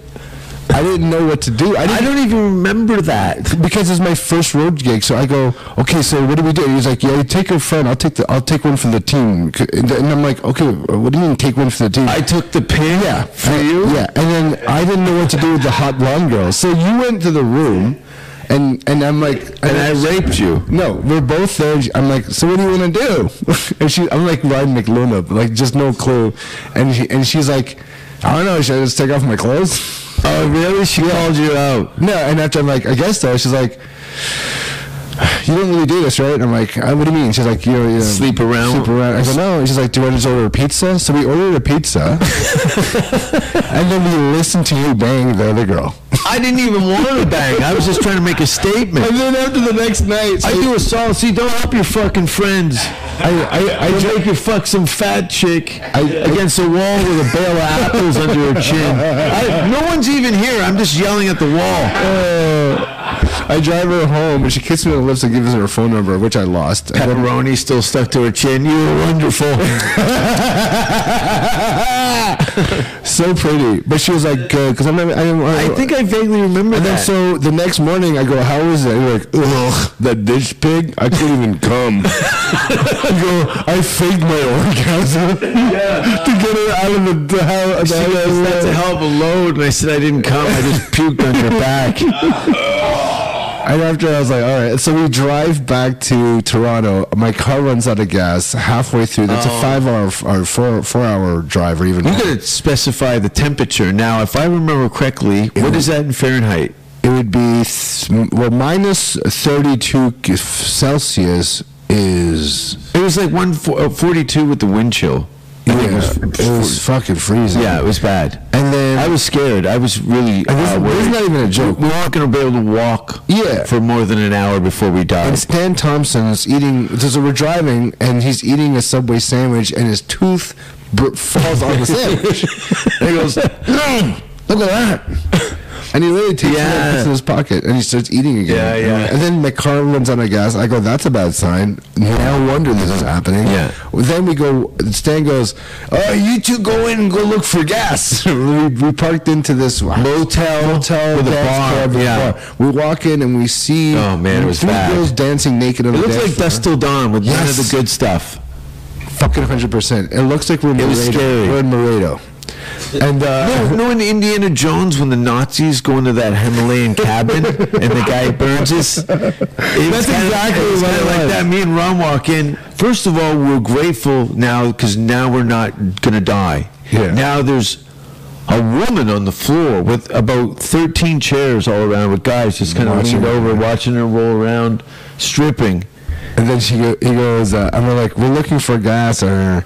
Speaker 7: I didn't know what to do. I
Speaker 6: I
Speaker 7: didn't
Speaker 6: don't even remember that.
Speaker 7: because it's my first road gig, so I go, okay, so what do we do? He's like, yeah, you take your friend. I'll take the, I'll take one for the team. C- And I'm like, okay, what do you mean take one for the team?
Speaker 6: I (laughs) took the pin.
Speaker 7: yeah,
Speaker 6: for you.
Speaker 7: Yeah, and then I didn't know what to do with the hot blonde girl, so you went to the room, and and I'm like,
Speaker 6: and I raped you.
Speaker 7: no, we're both there. I'm like, so what do you want to do? (laughs) and she, I'm like Ryan McLuna, like just no clue, and she, and she's like, I don't know, should I just take off my clothes?
Speaker 6: Oh, really? She called you out.
Speaker 7: No, and after I'm like, I guess so. She's like, you don't really do this, right? I'm like, uh, what do you mean? She's like, you know, you know,
Speaker 6: Sleep around.
Speaker 7: sleep around. I go, no. And she's like, do you want to just order a pizza? (laughs) So we ordered a pizza, and then we listened to you bang the other girl.
Speaker 6: I didn't even want to bang. I was just trying to make a statement.
Speaker 9: And then after the next night,
Speaker 6: I do a song. See, don't help your fucking friends.
Speaker 9: I, I, I,
Speaker 6: I make you fuck some fat chick against a wall with a bale of apples under her chin. I, no one's even here. I'm just yelling at the wall.
Speaker 7: (laughs) I drive her home and she kisses me on the lips and gives her her phone number, which I lost. And then-
Speaker 6: Pepperoni still stuck to her chin. You were
Speaker 9: (laughs)
Speaker 6: wonderful.
Speaker 7: so pretty, but she was like, "Good," because I'm. not- I, didn't- I,
Speaker 6: I think I vaguely remember
Speaker 7: And then
Speaker 6: that.
Speaker 7: so the next morning I go, "How was it?" And you're like, "Ugh, that dish pig. I couldn't
Speaker 6: (laughs)
Speaker 7: even come." I go, "I faked my orgasm (laughs) to get her out of the, the house."
Speaker 6: She
Speaker 7: the
Speaker 6: goes,
Speaker 7: house."
Speaker 6: that's a hell of a load. And I said, I didn't come. I just puked on your (laughs) back.
Speaker 7: And after I was like, all right. So we drive back to Toronto. My car runs out of gas halfway through. That's
Speaker 6: Oh.
Speaker 7: a five hour or four four hour drive or
Speaker 6: (laughs)
Speaker 7: even.
Speaker 6: You gotta specify the temperature. Now, if I remember correctly, what is that in Fahrenheit?
Speaker 7: It would be th- well minus thirty two Celsius is
Speaker 6: It was like one fo- uh, 42 with the wind chill. I
Speaker 7: yeah,
Speaker 6: think
Speaker 7: it, was, fucking freezing.
Speaker 6: yeah, it was bad.
Speaker 7: and then
Speaker 6: I was scared. I was really.
Speaker 7: And this-
Speaker 6: uh,
Speaker 7: this is
Speaker 6: worried.
Speaker 7: not even a joke.
Speaker 6: We're not gonna be able to walk.
Speaker 7: Yeah.
Speaker 6: For more than an hour before we die.
Speaker 7: And Stan Thompson is eating. So we're driving, and he's eating a Subway sandwich, and his tooth br- falls on
Speaker 6: (laughs)
Speaker 7: the sandwich. and he goes, "Mm, "Look at that!" And he really takes
Speaker 6: Yeah.
Speaker 7: it and puts it in his pocket, and he starts eating again.
Speaker 6: Yeah, yeah.
Speaker 7: And then my car runs out of gas. I go, "That's a bad sign." Now wonder this is happening.
Speaker 6: Yeah.
Speaker 7: Well, then we go. Stan goes, "Oh, you two go in and go look for
Speaker 6: (laughs)
Speaker 7: gas." we, we parked into this motel, motel
Speaker 6: with a
Speaker 7: dance
Speaker 6: bar,
Speaker 7: club with a
Speaker 6: yeah.
Speaker 7: bar. We walk in and we see.
Speaker 6: Oh, man, it was
Speaker 7: three
Speaker 6: bad.
Speaker 7: girls dancing naked on
Speaker 6: it
Speaker 7: the
Speaker 6: looked
Speaker 7: dance
Speaker 6: like
Speaker 7: floor.
Speaker 6: Dust Till Dawn with none of the
Speaker 7: Yes.
Speaker 6: good stuff.
Speaker 7: Fucking hundred percent. It looks like we're in
Speaker 6: It was
Speaker 7: Laredo.
Speaker 6: scary.
Speaker 7: We're in Laredo. And
Speaker 6: No,
Speaker 7: uh,
Speaker 6: no, in Indiana Jones, when the Nazis go into that Himalayan cabin and the guy burns us. That's
Speaker 7: exactly what it
Speaker 6: like
Speaker 7: was.
Speaker 6: that. Me and Ron walk in. First of all, we're grateful now because now we're not gonna die.
Speaker 7: Yeah.
Speaker 6: Now there's a woman on the floor with about 13 chairs all around with guys just kind of
Speaker 7: Watching
Speaker 6: leaned
Speaker 7: her.
Speaker 6: over, watching her roll around, stripping.
Speaker 7: and then she go, he goes, uh, and we're like, we're looking for gas or.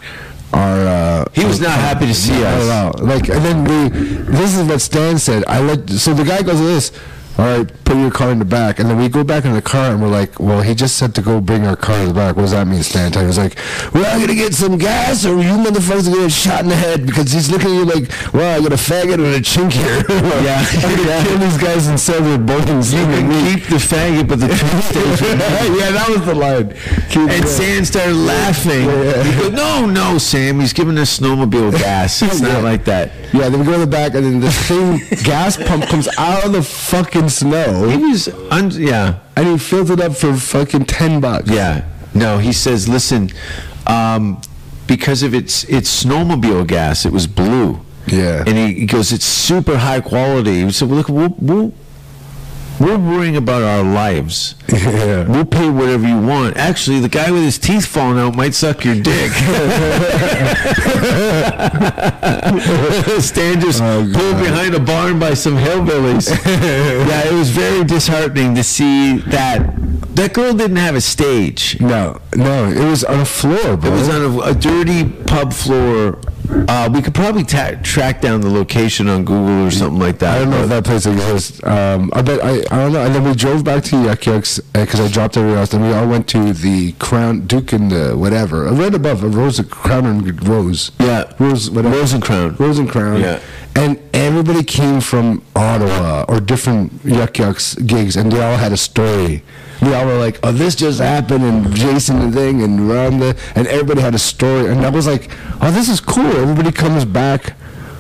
Speaker 7: Our, uh,
Speaker 6: He was not happy to see
Speaker 7: not
Speaker 6: us.
Speaker 7: at all. Like, and then we, this is what Stan said. I let, so the guy goes like this, all right, put your car in the back. And then we go back in the car and we're like, well, he just said to go bring our car in the back. What does that mean, Stan? He was like, we're not going to get some gas or you motherfuckers are going to get shot in the head because he's looking at you like, well, I got a faggot and a chink here. (laughs)
Speaker 6: Yeah,
Speaker 7: I'm going
Speaker 6: yeah.
Speaker 7: to kill these guys and sell their bones.
Speaker 6: You can keep the faggot, but the truth stays with
Speaker 7: (laughs)
Speaker 6: me.
Speaker 7: yeah, that was the line. Keep
Speaker 6: And
Speaker 7: going.
Speaker 6: Sam started laughing.
Speaker 7: Yeah.
Speaker 6: He goes, no, no, Sam, he's giving us snowmobile gas. It's
Speaker 7: Yeah.
Speaker 6: not like that.
Speaker 7: Yeah, then we go to the back, and then
Speaker 6: (laughs)
Speaker 7: the thing gas pump comes out of the fucking
Speaker 6: He
Speaker 7: snow,
Speaker 6: was, un- yeah,
Speaker 7: and he fills it up for fucking ten bucks. (laughs)
Speaker 6: yeah. (laughs) No, he says, listen, um, because of its its snowmobile gas, it was blue.
Speaker 7: Yeah.
Speaker 6: And he, he goes, it's super high quality. So look, we'll, we'll, we're worrying about our lives.
Speaker 7: yeah.
Speaker 6: We'll pay whatever you want. Actually, the guy with his teeth falling out might suck your dick. (laughs) Stan just
Speaker 7: Oh, God.
Speaker 6: pulled behind a barn by some
Speaker 7: (laughs)
Speaker 6: hillbillies. yeah, it was very disheartening to see that. That girl didn't have a stage.
Speaker 7: No, no, it was on a floor,
Speaker 6: It
Speaker 7: bro.
Speaker 6: was on a, a dirty pub floor. Uh, we could probably ta- track down the location on Google or something like that.
Speaker 7: I don't know if
Speaker 6: but-
Speaker 7: that place exists. Um, I bet I, I don't know. And then we drove back to Yuck Yucks because I dropped everyone else. Then we all went to the Crown Duke and the whatever. Uh, Right above a Rose Crown and Rose.
Speaker 6: Yeah.
Speaker 7: Rose whatever.
Speaker 6: Rose and Crown.
Speaker 7: Rose and Crown.
Speaker 6: Yeah.
Speaker 7: And everybody came from Ottawa or different Yuck Yucks gigs, and they all had a story. They all were like, "Oh, this just happened," and Jason the thing, and Rhonda, and everybody had a story, and I was like, "Oh, this is cool." Everybody comes back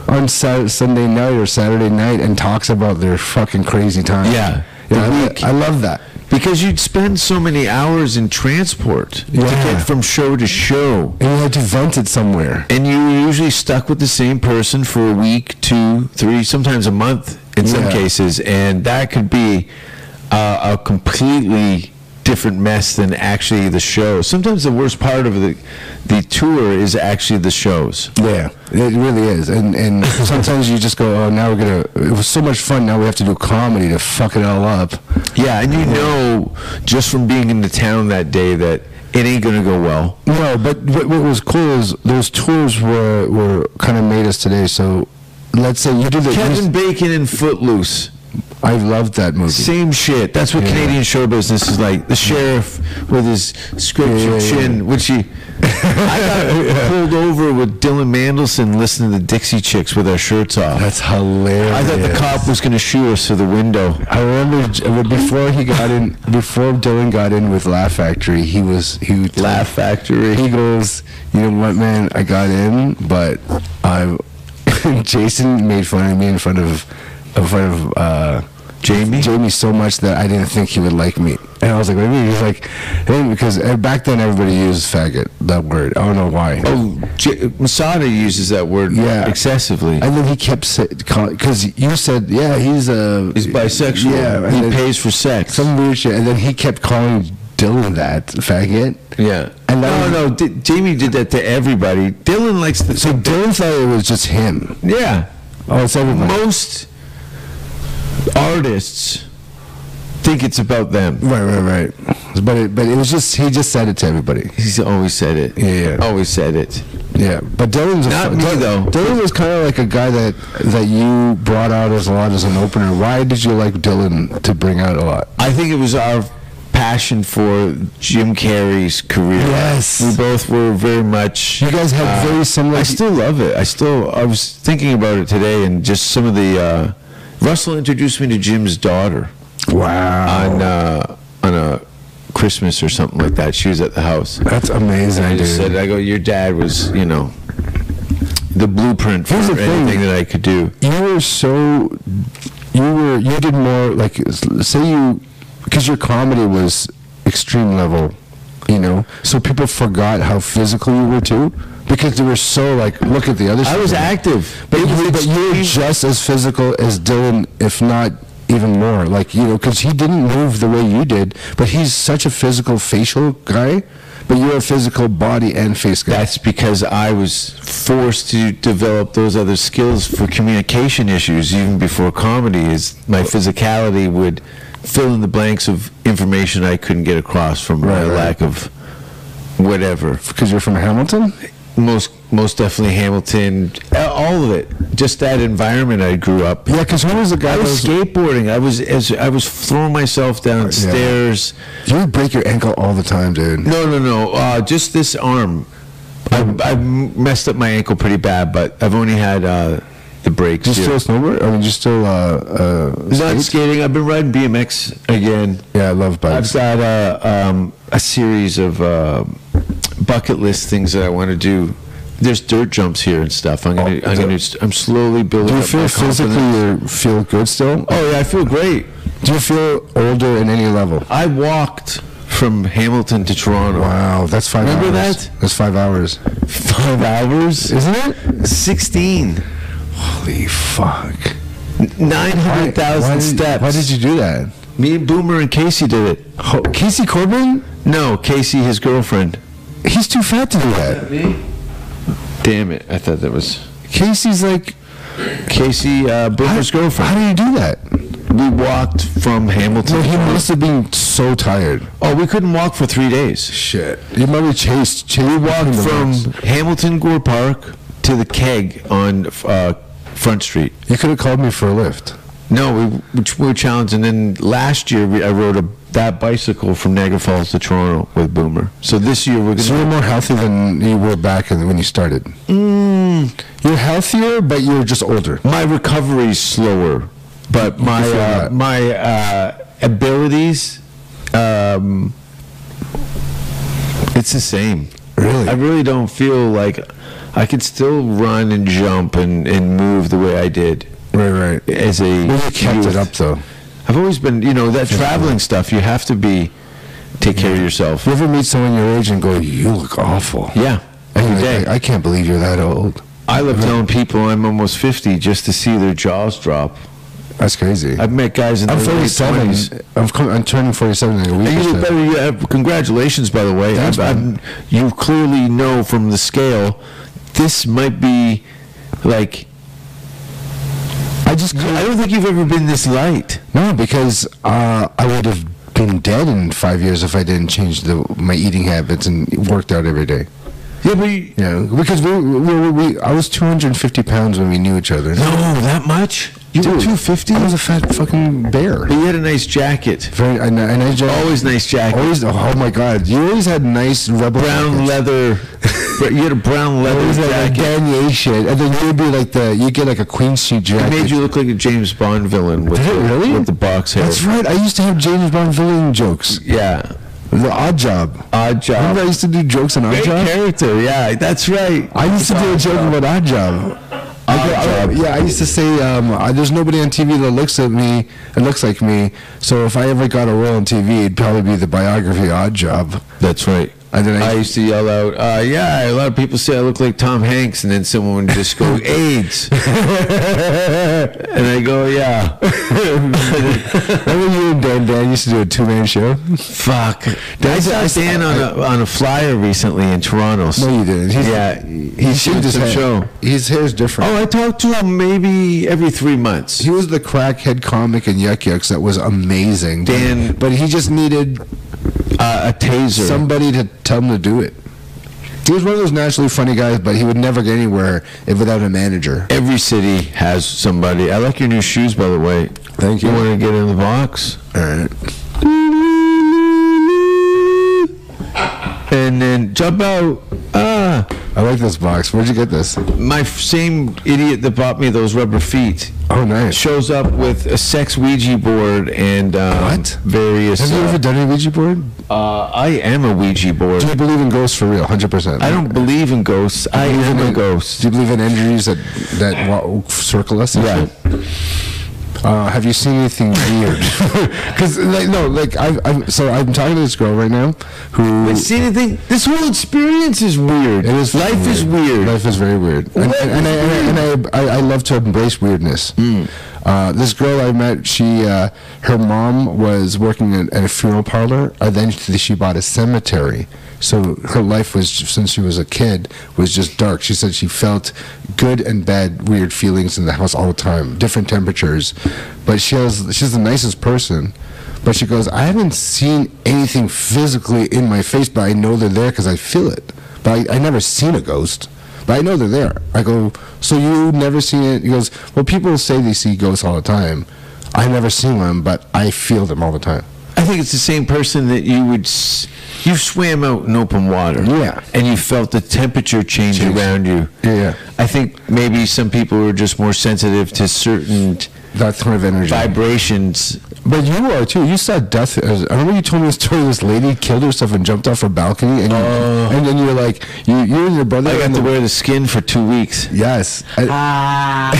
Speaker 7: on Saturday, Sunday night or Saturday night and talks about their fucking crazy time.
Speaker 6: Yeah.
Speaker 7: yeah,
Speaker 6: The
Speaker 7: I, lo-
Speaker 6: week.
Speaker 7: I love that.
Speaker 6: Because you'd spend so many hours in transport to
Speaker 7: Yeah.
Speaker 6: get from show to show.
Speaker 7: And you had to vent it somewhere.
Speaker 6: And you were usually stuck with the same person for a week, two, three, sometimes a month in some
Speaker 7: Yeah.
Speaker 6: cases. And that could be uh, a completely different mess than actually the show. Sometimes the worst part of the, the tour is actually the shows.
Speaker 7: Yeah, it really is. And (laughs) and sometimes you just go, oh, now we're gonna. It was so much fun. Now we have to do comedy to fuck it all up.
Speaker 6: Yeah, and you know just from being in the town that day that it ain't going to go well.
Speaker 7: No, but what, what was cool is those tours were were kind of made us today. So let's say you do the
Speaker 6: Kevin Bacon and Footloose.
Speaker 7: I loved that movie.
Speaker 6: Same shit. That's what
Speaker 7: Yeah.
Speaker 6: Canadian show business is like. The sheriff with his scripture
Speaker 7: Yeah, yeah, yeah.
Speaker 6: chin, which he. I got
Speaker 7: (laughs)
Speaker 6: (laughs) pulled over with Dylan Mandelson listening to Dixie Chicks with our shirts off.
Speaker 7: That's hilarious.
Speaker 6: I thought the cop was going to shoot us through the window.
Speaker 7: I remember j- well, before he got in, before Dylan got in with Laugh Factory, he was he
Speaker 6: Laugh Factory.
Speaker 7: He goes, you know what, man? I got in, but I. (laughs) Jason made fun of me in front of, in front of uh,
Speaker 6: Jamie?
Speaker 7: Jamie so much that I didn't think he would like me, and I was like, what do you mean? He's like, hey, because uh, back then everybody used faggot that word. I don't know why.
Speaker 6: Oh, J- Masada uses that word
Speaker 7: Yeah.
Speaker 6: excessively.
Speaker 7: And then he kept because you said, yeah, he's a
Speaker 6: He's bisexual.
Speaker 7: Yeah, and
Speaker 6: he
Speaker 7: then-
Speaker 6: pays for sex.
Speaker 7: some weird shit, and then he kept calling Dylan that faggot.
Speaker 6: yeah.
Speaker 7: And
Speaker 6: no,
Speaker 7: that was-
Speaker 6: no. D- Jamie did that to everybody. Dylan likes the.
Speaker 7: So Dylan thought it was just him.
Speaker 6: yeah.
Speaker 7: Oh, it's everybody.
Speaker 6: Most artists think it's about them.
Speaker 7: Right, right, right. But it, but it was just he just said it to everybody.
Speaker 6: He's always said it.
Speaker 7: Yeah, yeah.
Speaker 6: Always said it.
Speaker 7: Yeah, but Dylan's a
Speaker 6: Not
Speaker 7: fu-
Speaker 6: me,
Speaker 7: Dylan,
Speaker 6: though.
Speaker 7: Dylan was kind of like a guy that that you brought out as a lot as an opener. Why did you like Dylan to bring out a lot?
Speaker 6: I think it was our passion for Jim Carrey's career.
Speaker 7: Yes.
Speaker 6: We both were very much. uh,
Speaker 7: You guys had very similar-
Speaker 6: I still love it. I still. I was thinking about it today, and just some of the. Uh, Russell introduced me to Jim's daughter
Speaker 7: Wow,
Speaker 6: on uh, on a Christmas or something like that. She was at the house.
Speaker 7: that's amazing,
Speaker 6: I
Speaker 7: dude.
Speaker 6: just said, I go, your dad was, you know, the blueprint for
Speaker 7: Here's the thing.
Speaker 6: anything that I could do.
Speaker 7: you were so you were you did more like s- say you because your comedy was extreme level you know so people forgot how physical you were too because they were so like look at the other
Speaker 6: I
Speaker 7: side
Speaker 6: was
Speaker 7: of it.
Speaker 6: active,
Speaker 7: but
Speaker 6: It
Speaker 7: you,
Speaker 6: was
Speaker 7: but you were
Speaker 6: extreme-
Speaker 7: just as physical as dylan if not even more like you know because he didn't move the way you did but he's such a physical facial guy but you're a physical body and face guy
Speaker 6: That's because I was forced to develop those other skills for communication issues even before comedy. Is my physicality would fill in the blanks of information I couldn't get across from my
Speaker 7: Right, right.
Speaker 6: lack of whatever.
Speaker 7: because you're from hamilton
Speaker 6: Most most definitely Hamilton, all of it. Just that environment I grew up.
Speaker 7: yeah because who was the guy
Speaker 6: I
Speaker 7: that
Speaker 6: was
Speaker 7: was
Speaker 6: skateboarding. I was as I was throwing myself downstairs.
Speaker 7: You would break your ankle all the time, dude.
Speaker 6: No, no, no. Uh, just this arm. I, I messed up my ankle pretty bad, but I've only had uh, the breaks.
Speaker 7: Do you
Speaker 6: here.
Speaker 7: still snowboard? I mean, do you still uh, uh,
Speaker 6: Not
Speaker 7: skate?
Speaker 6: skating. I've been riding BMX again.
Speaker 7: Yeah, I love
Speaker 6: I've
Speaker 7: bikes.
Speaker 6: got a, um, a series of uh, bucket list things that I want to do. There's dirt jumps here and stuff. I'm gonna.
Speaker 7: Oh,
Speaker 6: I'm
Speaker 7: so-
Speaker 6: gonna. st- I'm slowly building.
Speaker 7: Do you
Speaker 6: up my
Speaker 7: feel physically
Speaker 6: confidence.
Speaker 7: you feel good still?
Speaker 6: Oh yeah, I feel great.
Speaker 7: Do you feel older in any level?
Speaker 6: I walked from Hamilton to Toronto.
Speaker 7: Wow, that's five.
Speaker 6: Remember
Speaker 7: hours.
Speaker 6: that?
Speaker 7: That's five hours.
Speaker 6: Five hours?
Speaker 7: Isn't it?
Speaker 6: 16.
Speaker 7: Holy fuck! Why
Speaker 6: 900,000
Speaker 7: did-
Speaker 6: steps.
Speaker 7: Why did you do that?
Speaker 6: Me and Boomer and Casey did it.
Speaker 7: Ho- Casey Corbin?
Speaker 6: No, Casey, his girlfriend.
Speaker 7: He's too fat to do that.
Speaker 6: Damn it. I thought that was.
Speaker 7: Casey's like,
Speaker 6: Casey, uh,
Speaker 7: how,
Speaker 6: Boomer's
Speaker 7: how
Speaker 6: girlfriend.
Speaker 7: do you do that?
Speaker 6: We walked from Hamilton.
Speaker 7: So he must have been so tired.
Speaker 6: oh, we couldn't walk for three days.
Speaker 7: Shit. You probably chased. Ch- you walked
Speaker 6: From Mm-hmm. Hamilton Gore Park to the keg on uh, Front Street.
Speaker 7: You could have called me for a lift.
Speaker 6: No, we, we were challenged. And then last year, we, I rode a, that bicycle from Niagara Falls to Toronto with Boomer. So this year, we're going
Speaker 7: So
Speaker 6: to.
Speaker 7: you're more healthy than you were back in- when you started. Hmm. You're healthier, but you're just older.
Speaker 6: my recovery's slower, but my
Speaker 7: feel
Speaker 6: uh,
Speaker 7: that.
Speaker 6: my uh, abilities, um, it's the same.
Speaker 7: Really?
Speaker 6: I really don't feel like I could still run and jump and, and move the way I did
Speaker 7: Right, right.
Speaker 6: as a.
Speaker 7: Well, you kept
Speaker 6: youth.
Speaker 7: it up though.
Speaker 6: I've always been, you know, that traveling stuff. You have to be take care of yourself.
Speaker 7: You ever meet someone your age and go, "You look awful"?
Speaker 6: Yeah,
Speaker 7: And
Speaker 6: every
Speaker 7: you're
Speaker 6: day.
Speaker 7: like, I can't believe you're that old.
Speaker 6: I love telling people I'm almost 50 just to see their jaws drop.
Speaker 7: That's crazy.
Speaker 6: I've met guys in
Speaker 7: I'm
Speaker 6: their late
Speaker 7: 47.
Speaker 6: 20s.
Speaker 7: I'm, com- I'm turning 47 in a week.
Speaker 6: You
Speaker 7: or so.
Speaker 6: look better. You have, congratulations, by the way.
Speaker 7: Thanks,
Speaker 6: I've- I've-
Speaker 7: man.
Speaker 6: you clearly know from the scale, this might be like. I just. I don't think you've ever been this light.
Speaker 7: No, because uh, I would have been dead in five years if I didn't change the, my eating habits and worked out every day.
Speaker 6: Yeah, but you,
Speaker 7: You know, because we, we, we, we I was 250 pounds when we knew each other.
Speaker 6: no, that much.
Speaker 7: You
Speaker 6: were 250?
Speaker 7: I was a fat fucking bear.
Speaker 6: But you had a nice jacket.
Speaker 7: Very, and, I- and I just,
Speaker 6: Always nice jacket.
Speaker 7: always. Oh my god, you always had nice rebel
Speaker 6: brown
Speaker 7: jackets. (laughs)
Speaker 6: leather. you had a brown
Speaker 7: It
Speaker 6: leather
Speaker 7: was like a
Speaker 6: jacket.
Speaker 7: Danier shit, and then you'd be like the you get like a Queen Street
Speaker 6: It
Speaker 7: jacket.
Speaker 6: made you look like a James Bond villain with,
Speaker 7: Did it
Speaker 6: the,
Speaker 7: really?
Speaker 6: with the box hair.
Speaker 7: That's right. I used to have James Bond villain jokes.
Speaker 6: Yeah.
Speaker 7: The Odd Job.
Speaker 6: Odd job.
Speaker 7: Remember, I used to do jokes on Odd
Speaker 6: Great
Speaker 7: Job.
Speaker 6: character. Yeah, that's right.
Speaker 7: I used to do a joke about Odd Job. I, I-
Speaker 6: Odd Job.
Speaker 7: yeah, I used to say, um, I, "There's nobody on TV that looks at me and looks like me." So if I ever got a role on TV, it'd probably be the biography Odd Job.
Speaker 6: That's right.
Speaker 7: And then
Speaker 6: I
Speaker 7: I,
Speaker 6: used to yell out, uh, "Yeah!" A lot of people say I look like Tom Hanks, and then someone would just
Speaker 7: (laughs)
Speaker 6: go, "AIDS," (laughs) and I go, "Yeah,
Speaker 7: (laughs) remember you and Dan Dan used to do a two-man show.
Speaker 6: fuck." I saw Dan on a on a flyer recently in Toronto.
Speaker 7: No, you didn't. He's,
Speaker 6: yeah, he
Speaker 7: he's
Speaker 6: shoots a
Speaker 7: hair.
Speaker 6: show.
Speaker 7: His hair's different.
Speaker 6: Oh, I talk to him maybe every three months.
Speaker 7: He was the crackhead comic in Yuck Yucks that was amazing.
Speaker 6: Dan-
Speaker 7: but he just needed
Speaker 6: Uh, a taser.
Speaker 7: somebody to tell him to do it. He was one of those naturally funny guys, but he would never get anywhere if without a manager.
Speaker 6: every city has somebody. I like your new shoes, by the way.
Speaker 7: Thank
Speaker 6: You want to get in the box?
Speaker 7: All right.
Speaker 6: And then jump out. Ah.
Speaker 7: I like this box. Where'd you get this?
Speaker 6: my f- same idiot that bought me those rubber feet
Speaker 7: Oh, nice.
Speaker 6: shows up with a sex Ouija board and um,
Speaker 7: What?
Speaker 6: various.
Speaker 7: Have you
Speaker 6: uh,
Speaker 7: ever done a Ouija board?
Speaker 6: uh, I am a Ouija board.
Speaker 7: Do you believe in ghosts for real? Hundred percent.
Speaker 6: I don't believe in ghosts. I am a
Speaker 7: Do
Speaker 6: ghost.
Speaker 7: you believe in energies that that wa- circle us? and
Speaker 6: Yeah.
Speaker 7: shit? Uh, have you seen anything weird? (laughs) Because like, no, like I've, I'm so I'm talking to this girl right now who
Speaker 6: But see anything? This whole experience is weird.
Speaker 7: It is
Speaker 6: Life is weird.
Speaker 7: Life is very weird. And, and, and, I, and, I, and I, I, I love to embrace weirdness.
Speaker 6: Hmm.
Speaker 7: Uh, this girl I met, she, uh, her mom was working at, at a funeral parlor, and then she she bought a cemetery. So her life was since she was a kid was just dark. She said she felt good and bad, weird feelings in the house all the time, different temperatures. But she has, she's the nicest person. But she goes, I haven't seen anything physically in my face, but I know they're there because I feel it. But I, I never seen a ghost, but I know they're there. I go, so you never seen it? He goes, well, people say they see ghosts all the time. I never seen one, but I feel them all the time.
Speaker 6: I think it's the same person that you would. S- you swam out in open water.
Speaker 7: Yeah.
Speaker 6: And you felt the temperature change
Speaker 7: Change.
Speaker 6: around you.
Speaker 7: Yeah, yeah.
Speaker 6: I think maybe some people are just more sensitive to certain
Speaker 7: That kind of energy.
Speaker 6: vibrations.
Speaker 7: but you are too. You saw death. As, I remember you told me a story. This lady killed herself and jumped off her balcony, and, you- and then you're like, you, you and your brother.
Speaker 6: Oh. I got
Speaker 7: and
Speaker 6: to
Speaker 7: the-
Speaker 6: wear the skin for two weeks.
Speaker 7: Yes. I-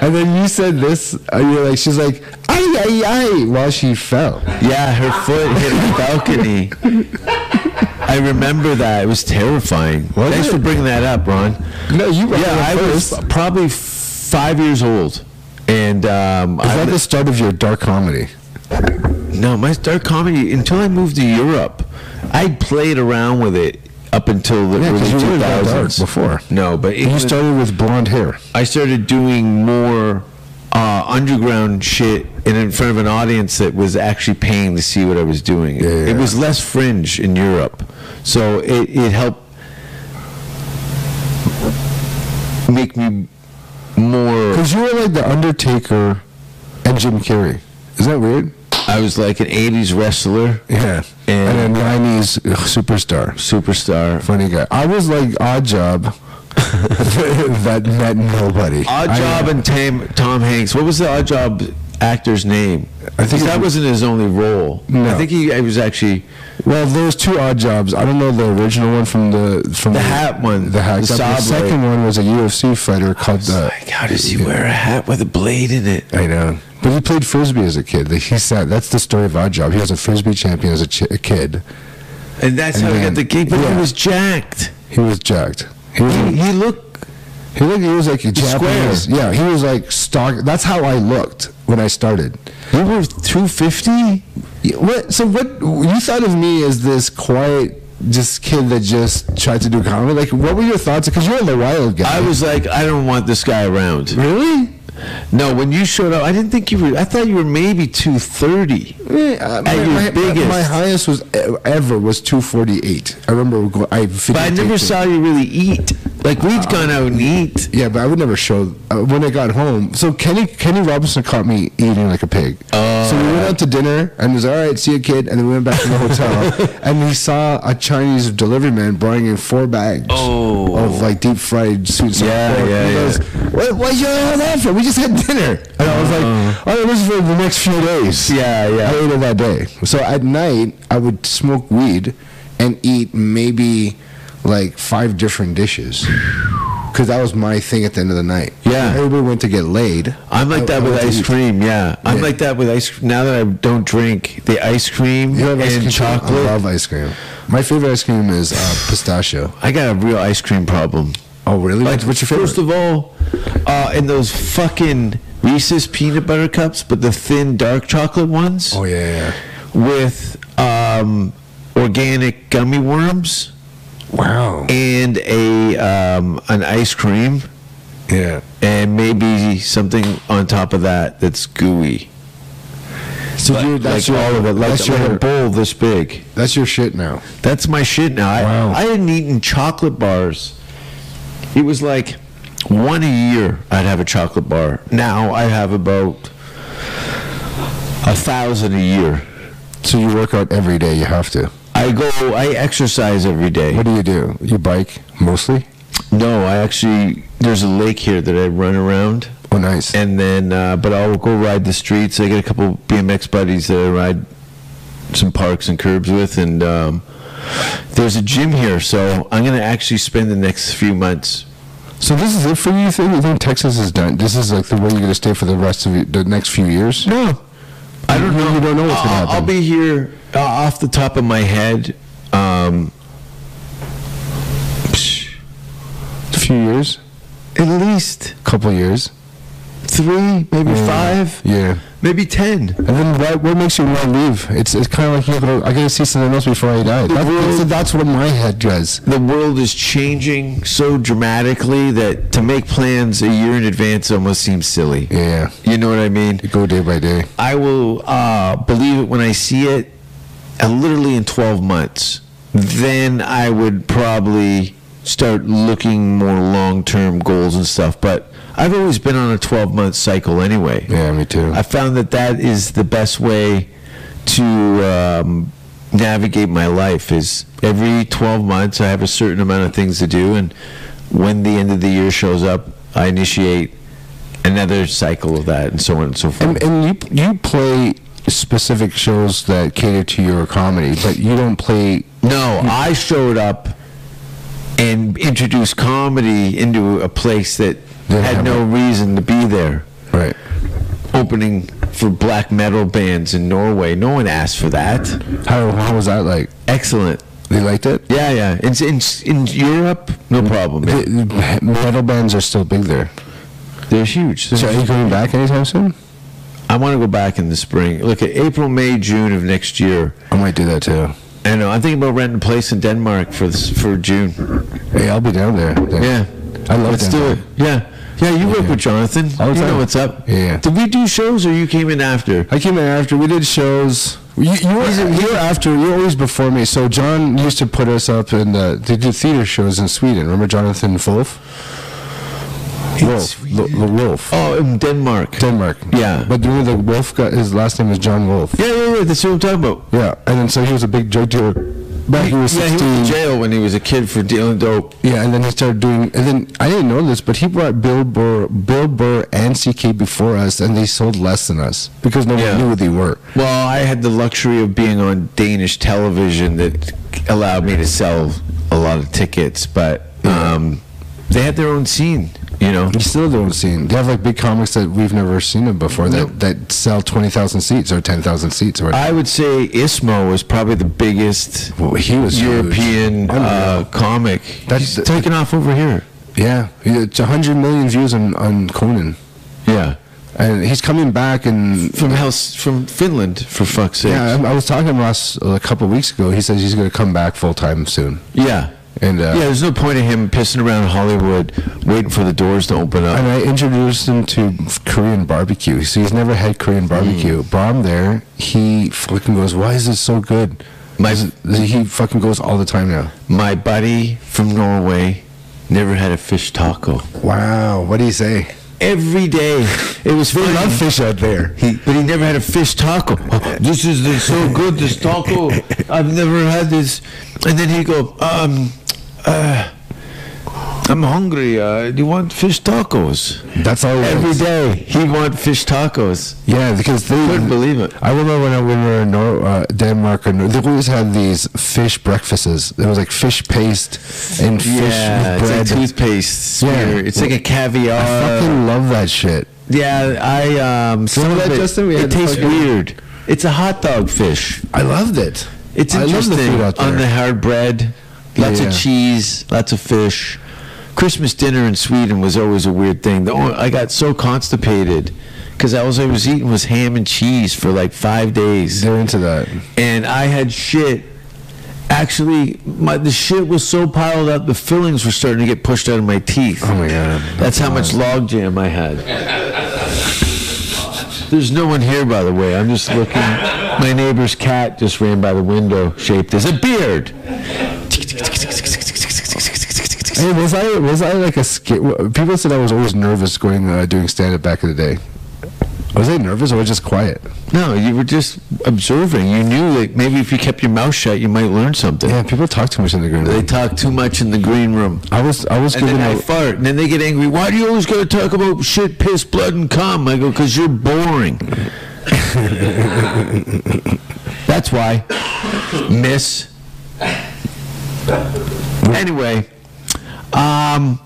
Speaker 7: and then you said this. And you're like, she's like, ay ay ay, while she fell.
Speaker 6: Yeah, her foot hit the balcony. I remember that. It was terrifying.
Speaker 7: Was
Speaker 6: Thanks
Speaker 7: it?
Speaker 6: for bringing that up, Ron.
Speaker 7: No, you.
Speaker 6: Yeah, I was probably five years old. And um,
Speaker 7: Is
Speaker 6: I,
Speaker 7: that the start of your dark comedy?
Speaker 6: No, my dark comedy until I moved to Europe, I played around with it up until the
Speaker 7: Yeah,
Speaker 6: early
Speaker 7: 'cause you weren't that dark
Speaker 6: 2000s
Speaker 7: before.
Speaker 6: No, but it
Speaker 7: You
Speaker 6: was-
Speaker 7: started with blonde hair.
Speaker 6: I started doing more uh, underground shit and in front of an audience that was actually paying to see what I was doing.
Speaker 7: Yeah, yeah,
Speaker 6: It was
Speaker 7: yeah.
Speaker 6: less fringe in Europe, so it, it helped make me more.
Speaker 7: Because you were like the Undertaker and Jim Carrey. Is that weird?
Speaker 6: I was like an '80s wrestler,
Speaker 7: Yeah. And,
Speaker 6: And-
Speaker 7: a '90s superstar,
Speaker 6: superstar.
Speaker 7: funny guy. I was like Odd Job. (laughs) that met nobody.
Speaker 6: Odd
Speaker 7: I- uh,
Speaker 6: Job and Tam, Tom Hanks. What was the Odd Job actor's name?
Speaker 7: I think
Speaker 6: Because that
Speaker 7: it-
Speaker 6: wasn't his only role.
Speaker 7: No.
Speaker 6: I think he it was actually
Speaker 7: Well, there was two odd jobs. I don't know the original one from the from
Speaker 6: The hat one,
Speaker 7: The hat.
Speaker 6: the
Speaker 7: job. The,
Speaker 6: Saab
Speaker 7: second one was a UFC fighter called the.
Speaker 6: like, how "Oh does he wear a hat with a blade in it?
Speaker 7: I know, but he played frisbee as a kid. Like, He said that's the story of Odd Job. He was a frisbee champion as a, ch- a kid.
Speaker 6: And that's
Speaker 7: And
Speaker 6: how he
Speaker 7: then-
Speaker 6: got the gig. But
Speaker 7: yeah.
Speaker 6: he was jacked.
Speaker 7: He was jacked. He was,
Speaker 6: He,
Speaker 7: he,
Speaker 6: he looked.
Speaker 7: looked. He was like a Japanese. Yeah, he was like stock. That's how I looked when I started.
Speaker 6: You were two fifty.
Speaker 7: Yeah, What? So what? You thought of me as this quiet, just kid that just tried to do comedy. Like, what were your thoughts? Because you're the wild guy.
Speaker 6: I was like, I don't want this guy around.
Speaker 7: really.
Speaker 6: No, when you showed up, I didn't think you were. I thought you were maybe two thirty.
Speaker 7: Yeah, uh, my,
Speaker 6: your
Speaker 7: my,
Speaker 6: biggest.
Speaker 7: my highest uh, was e- ever was 248. I remember go- I
Speaker 6: But I never
Speaker 7: videotaped it.
Speaker 6: saw you really eat. Like we'd gone out and eat.
Speaker 7: Yeah, but I would never show uh, when I got home. So Kenny Kenny Robinson caught me eating like a pig. so we went out to dinner and was all right. See you, kid, and then we went back to the
Speaker 6: (laughs)
Speaker 7: hotel and we saw a Chinese delivery man bringing in four bags
Speaker 6: Oh.
Speaker 7: of like deep fried sweet and sour
Speaker 6: Yeah,
Speaker 7: pork.
Speaker 6: yeah,
Speaker 7: And he
Speaker 6: yeah.
Speaker 7: goes, What what you all that for? We just had dinner. And I was like, oh, this is for the next few days.
Speaker 6: Uh-huh. Yeah, yeah.
Speaker 7: I ate it that day. So at night, I would smoke weed and eat maybe like five different dishes. Because that was my thing at the end of the night.
Speaker 6: Yeah.
Speaker 7: Everybody went to get laid.
Speaker 6: I'm like
Speaker 7: I-
Speaker 6: that
Speaker 7: I
Speaker 6: with
Speaker 7: went to
Speaker 6: ice
Speaker 7: eat.
Speaker 6: cream. Yeah, I'm
Speaker 7: Yeah.
Speaker 6: like that with ice. Now that I don't drink, the ice cream
Speaker 7: You love
Speaker 6: and
Speaker 7: ice cream?
Speaker 6: chocolate.
Speaker 7: I love ice cream. My favorite ice cream is uh, pistachio.
Speaker 6: I got a real ice cream problem.
Speaker 7: Oh, really?
Speaker 6: Like,
Speaker 7: What's your favorite?
Speaker 6: First of all, uh, in those fucking Reese's peanut butter cups, but the thin dark chocolate ones
Speaker 7: oh, yeah, yeah,
Speaker 6: with um, organic gummy worms
Speaker 7: yeah. Wow.
Speaker 6: and a um, an ice cream
Speaker 7: Yeah.
Speaker 6: and maybe something on top of that that's gooey.
Speaker 7: So you
Speaker 6: like
Speaker 7: that's your,
Speaker 6: all of it, like,
Speaker 7: that's, your,
Speaker 6: like a bowl this big.
Speaker 7: that's your shit now.
Speaker 6: That's my shit now. I,
Speaker 7: Wow.
Speaker 6: I hadn't eaten chocolate bars. It was like one a year I'd have a chocolate bar. Now I have about a thousand a year.
Speaker 7: So you work out every day. You have to.
Speaker 6: I go, I exercise every day.
Speaker 7: What do you do? You bike mostly?
Speaker 6: No, I actually, there's a lake here that I run around.
Speaker 7: Oh, nice.
Speaker 6: And then, uh, but I'll go ride the streets. I get a couple BMX buddies that I ride some parks and curbs with. And um, there's a gym here, so I'm going to actually spend the next few months
Speaker 7: So this is it for you? You think, you think Texas is done? This is like the way you're gonna stay for the rest of your, the next few years?
Speaker 6: No, I don't
Speaker 7: You-
Speaker 6: know.
Speaker 7: you don't know what's gonna
Speaker 6: I'll, I'll
Speaker 7: happen.
Speaker 6: be here uh, off the top of my head. Um, psh,
Speaker 7: A few years?
Speaker 6: at least
Speaker 7: Couple years?
Speaker 6: three, maybe
Speaker 7: Yeah.
Speaker 6: five,
Speaker 7: Yeah.
Speaker 6: maybe ten.
Speaker 7: And then why, what makes you want to leave? It's it's kind of like you gotta, I gotta see something else before I die. That, that's, that's what my head does.
Speaker 6: The world is changing so dramatically that to make plans a year in advance almost seems silly.
Speaker 7: Yeah.
Speaker 6: You know what I mean?
Speaker 7: You go day by day.
Speaker 6: I will uh, believe it when I see it, uh, literally in 12 months. Then I would probably start looking more long term goals and stuff. But I've always been on a 12 month cycle anyway.
Speaker 7: Yeah, me too.
Speaker 6: I found that that is the best way to um, navigate my life. Is every 12 months I have a certain amount of things to do, and when the end of the year shows up, I initiate another cycle of that, and so on and so forth.
Speaker 7: And, and you you play specific shows that cater to your comedy, but you don't play.
Speaker 6: No, I showed up and introduced comedy into a place that
Speaker 7: Didn't
Speaker 6: had
Speaker 7: have
Speaker 6: no reason to be there.
Speaker 7: Right.
Speaker 6: Opening for black metal bands in Norway. No one asked for that.
Speaker 7: How how was that like?
Speaker 6: Excellent.
Speaker 7: They liked it.
Speaker 6: Yeah, yeah. In, in, in Europe, no problem. man.
Speaker 7: The- Metal bands are still big there.
Speaker 6: They're huge. They're
Speaker 7: So are you going back anytime soon?
Speaker 6: I want to go back in the spring. Look at April, May, June of next year.
Speaker 7: I might do that too.
Speaker 6: I know. I'm thinking about renting a place in Denmark for this, for June.
Speaker 7: Hey, I'll be down there.
Speaker 6: Yeah.
Speaker 7: I love
Speaker 6: Let's
Speaker 7: Denmark.
Speaker 6: do it. Yeah. Yeah, you work with Jonathan.
Speaker 7: All the
Speaker 6: you know
Speaker 7: time.
Speaker 6: what's up.
Speaker 7: Yeah.
Speaker 6: Did we do shows or you came in after?
Speaker 7: I came in after. We did shows. You, you, were, you were after. You were always before me. So John used to put us up in the. They did theater shows in Sweden. Remember Jonathan Wolf? Wolf. L- L- Wolf.
Speaker 6: Oh, in Denmark.
Speaker 7: Denmark.
Speaker 6: Yeah.
Speaker 7: But you know the Wolf guy. His last name is John Wolf.
Speaker 6: yeah, yeah, yeah. That's what I'm talking about.
Speaker 7: Yeah. And then so he was a big drug dealer. Back when he was
Speaker 6: yeah,
Speaker 7: sixteen.
Speaker 6: he was in jail when he was a kid for dealing dope.
Speaker 7: Yeah, and then he started doing, and then I didn't know this, but he brought Bill Burr, Bill Burr and CK before us, and they sold less than us because no one
Speaker 6: Yeah.
Speaker 7: knew who they were.
Speaker 6: Well, I had the luxury of being on Danish television that allowed me to sell a lot of tickets, but um, they had their own scene, you know.
Speaker 7: We still don't see. They have like big comics that we've never seen them before that, that sell twenty thousand seats or ten thousand seats or.
Speaker 6: I would say Ismo was probably the biggest
Speaker 7: Well, he was huge.
Speaker 6: European
Speaker 7: Unreal.
Speaker 6: uh, comic.
Speaker 7: That's
Speaker 6: He's
Speaker 7: the-
Speaker 6: taking off over here.
Speaker 7: yeah, it's hundred million views on on Conan,
Speaker 6: Yeah,
Speaker 7: and he's coming back and.
Speaker 6: from house from Finland for fuck's sake.
Speaker 7: Yeah, I I was talking to him last a couple weeks ago. He says he's going to come back full time soon.
Speaker 6: yeah.
Speaker 7: And uh,
Speaker 6: Yeah, there's no point in him pissing around Hollywood waiting for the doors to open up.
Speaker 7: And I introduced him to Korean barbecue. So he's never had Korean barbecue.
Speaker 6: Hmm.
Speaker 7: Brought him there. He fucking goes, "Why is this so good?"
Speaker 6: My-
Speaker 7: He fucking goes all the time now.
Speaker 6: My buddy from Norway
Speaker 10: Never had a fish taco.
Speaker 7: Wow, what do you say?
Speaker 6: Every day, it was
Speaker 7: They
Speaker 6: funny.
Speaker 7: love fish out there.
Speaker 6: He, but he never had a fish
Speaker 7: (laughs)
Speaker 6: taco. Oh, this is the, so good, this taco. I've never had this. And then he go, um, uh, I'm hungry. Uh, do you want fish tacos?
Speaker 7: That's all. it
Speaker 6: Every
Speaker 7: is.
Speaker 6: day he want fish tacos.
Speaker 7: Yeah, because they
Speaker 6: Couldn't believe it.
Speaker 7: I remember when, I, when we were in Nor- uh, Denmark, and they always had these fish breakfasts. It was like fish paste and fish
Speaker 6: yeah,
Speaker 7: with bread.
Speaker 6: it's like toothpaste. Yeah.
Speaker 7: Yeah.
Speaker 6: It's like a
Speaker 7: I
Speaker 6: caviar.
Speaker 7: fucking love that shit.
Speaker 6: Yeah, I um, some of
Speaker 9: that,
Speaker 6: it,
Speaker 9: Justin? We
Speaker 6: it
Speaker 9: had the
Speaker 6: tastes
Speaker 9: fucking-
Speaker 6: weird. It's a hot dog fish.
Speaker 7: I loved it.
Speaker 6: It's
Speaker 7: I love
Speaker 6: interesting
Speaker 7: the food out
Speaker 6: on the
Speaker 7: there.
Speaker 6: hard bread, lots
Speaker 7: Yeah.
Speaker 6: of cheese, lots of fish. Christmas dinner in Sweden was always a weird thing. The only, I got so constipated because all I was eating was ham and cheese for like five days,
Speaker 7: They're into that.
Speaker 6: and I had shit. Actually, my, the shit was so piled up, the fillings were starting to get pushed out of my teeth.
Speaker 7: Oh my god.
Speaker 6: That's how much log jam I had. There's no one here, by the way. I'm just looking. My neighbor's cat just ran by the window, shaped as a beard.
Speaker 7: Hey, was I was I like a sca- w- people said I was always nervous going uh, doing stand up back in the day. Was I nervous or was I just quiet?
Speaker 6: No, you were just observing. You knew that maybe if you kept your mouth shut, you might learn something.
Speaker 7: Yeah, people talk too much in the green
Speaker 6: They
Speaker 7: room.
Speaker 6: talk too much in the green room.
Speaker 7: I was I was
Speaker 6: And
Speaker 7: given
Speaker 6: then I
Speaker 7: a,
Speaker 6: fart, and then they get angry. Why do you always got to talk about shit, piss, blood, and cum? I go, because you're boring. (laughs) That's why. Miss. Anyway, um,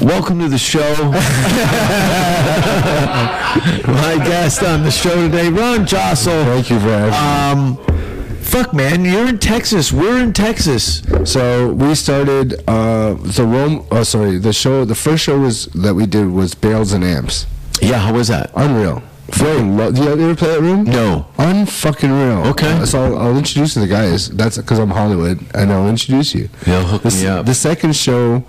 Speaker 6: welcome to the show. (laughs) My guest on the show today, Ron Jossel.
Speaker 7: thank you for having me.
Speaker 6: Um, fuck, man, you're in Texas. We're in Texas.
Speaker 7: So we started uh, the Rome. Oh, sorry, the show. The first show was that we did was Barrels and Amps.
Speaker 6: Yeah, how was that?
Speaker 7: Unreal. Fucking lo- Do you ever play that room?
Speaker 6: No.
Speaker 7: Unfucking real. Uh,
Speaker 6: Okay.
Speaker 7: So I'll, I'll introduce you to the guys. That's because I'm Hollywood, and I'll introduce you.
Speaker 6: Yeah, hook
Speaker 7: the,
Speaker 6: me
Speaker 7: s-
Speaker 6: up.
Speaker 7: The second show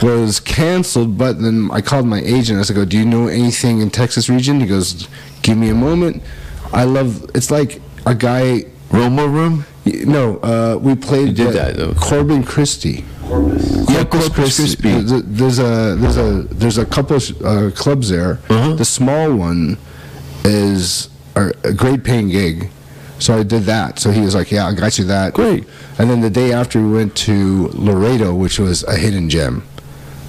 Speaker 7: was canceled, but then I called my agent. I said, "Go, do you know anything in Texas region?" He goes, "Give me a moment." I love. It's like a guy.
Speaker 6: Roma room?
Speaker 7: y- No, uh, we played
Speaker 6: did
Speaker 7: the-
Speaker 6: that, though.
Speaker 7: Corbin Christie.
Speaker 6: Yeah, Corpus Christi.
Speaker 7: Uh, Th- th- There's a there's a there's a couple sh- uh, clubs there.
Speaker 6: Uh-huh.
Speaker 7: The small one is a, a great paying gig, so I did that. So he was like, "Yeah, I got you that."
Speaker 6: Great.
Speaker 7: And then the day after, we went to Laredo, which was a hidden gem.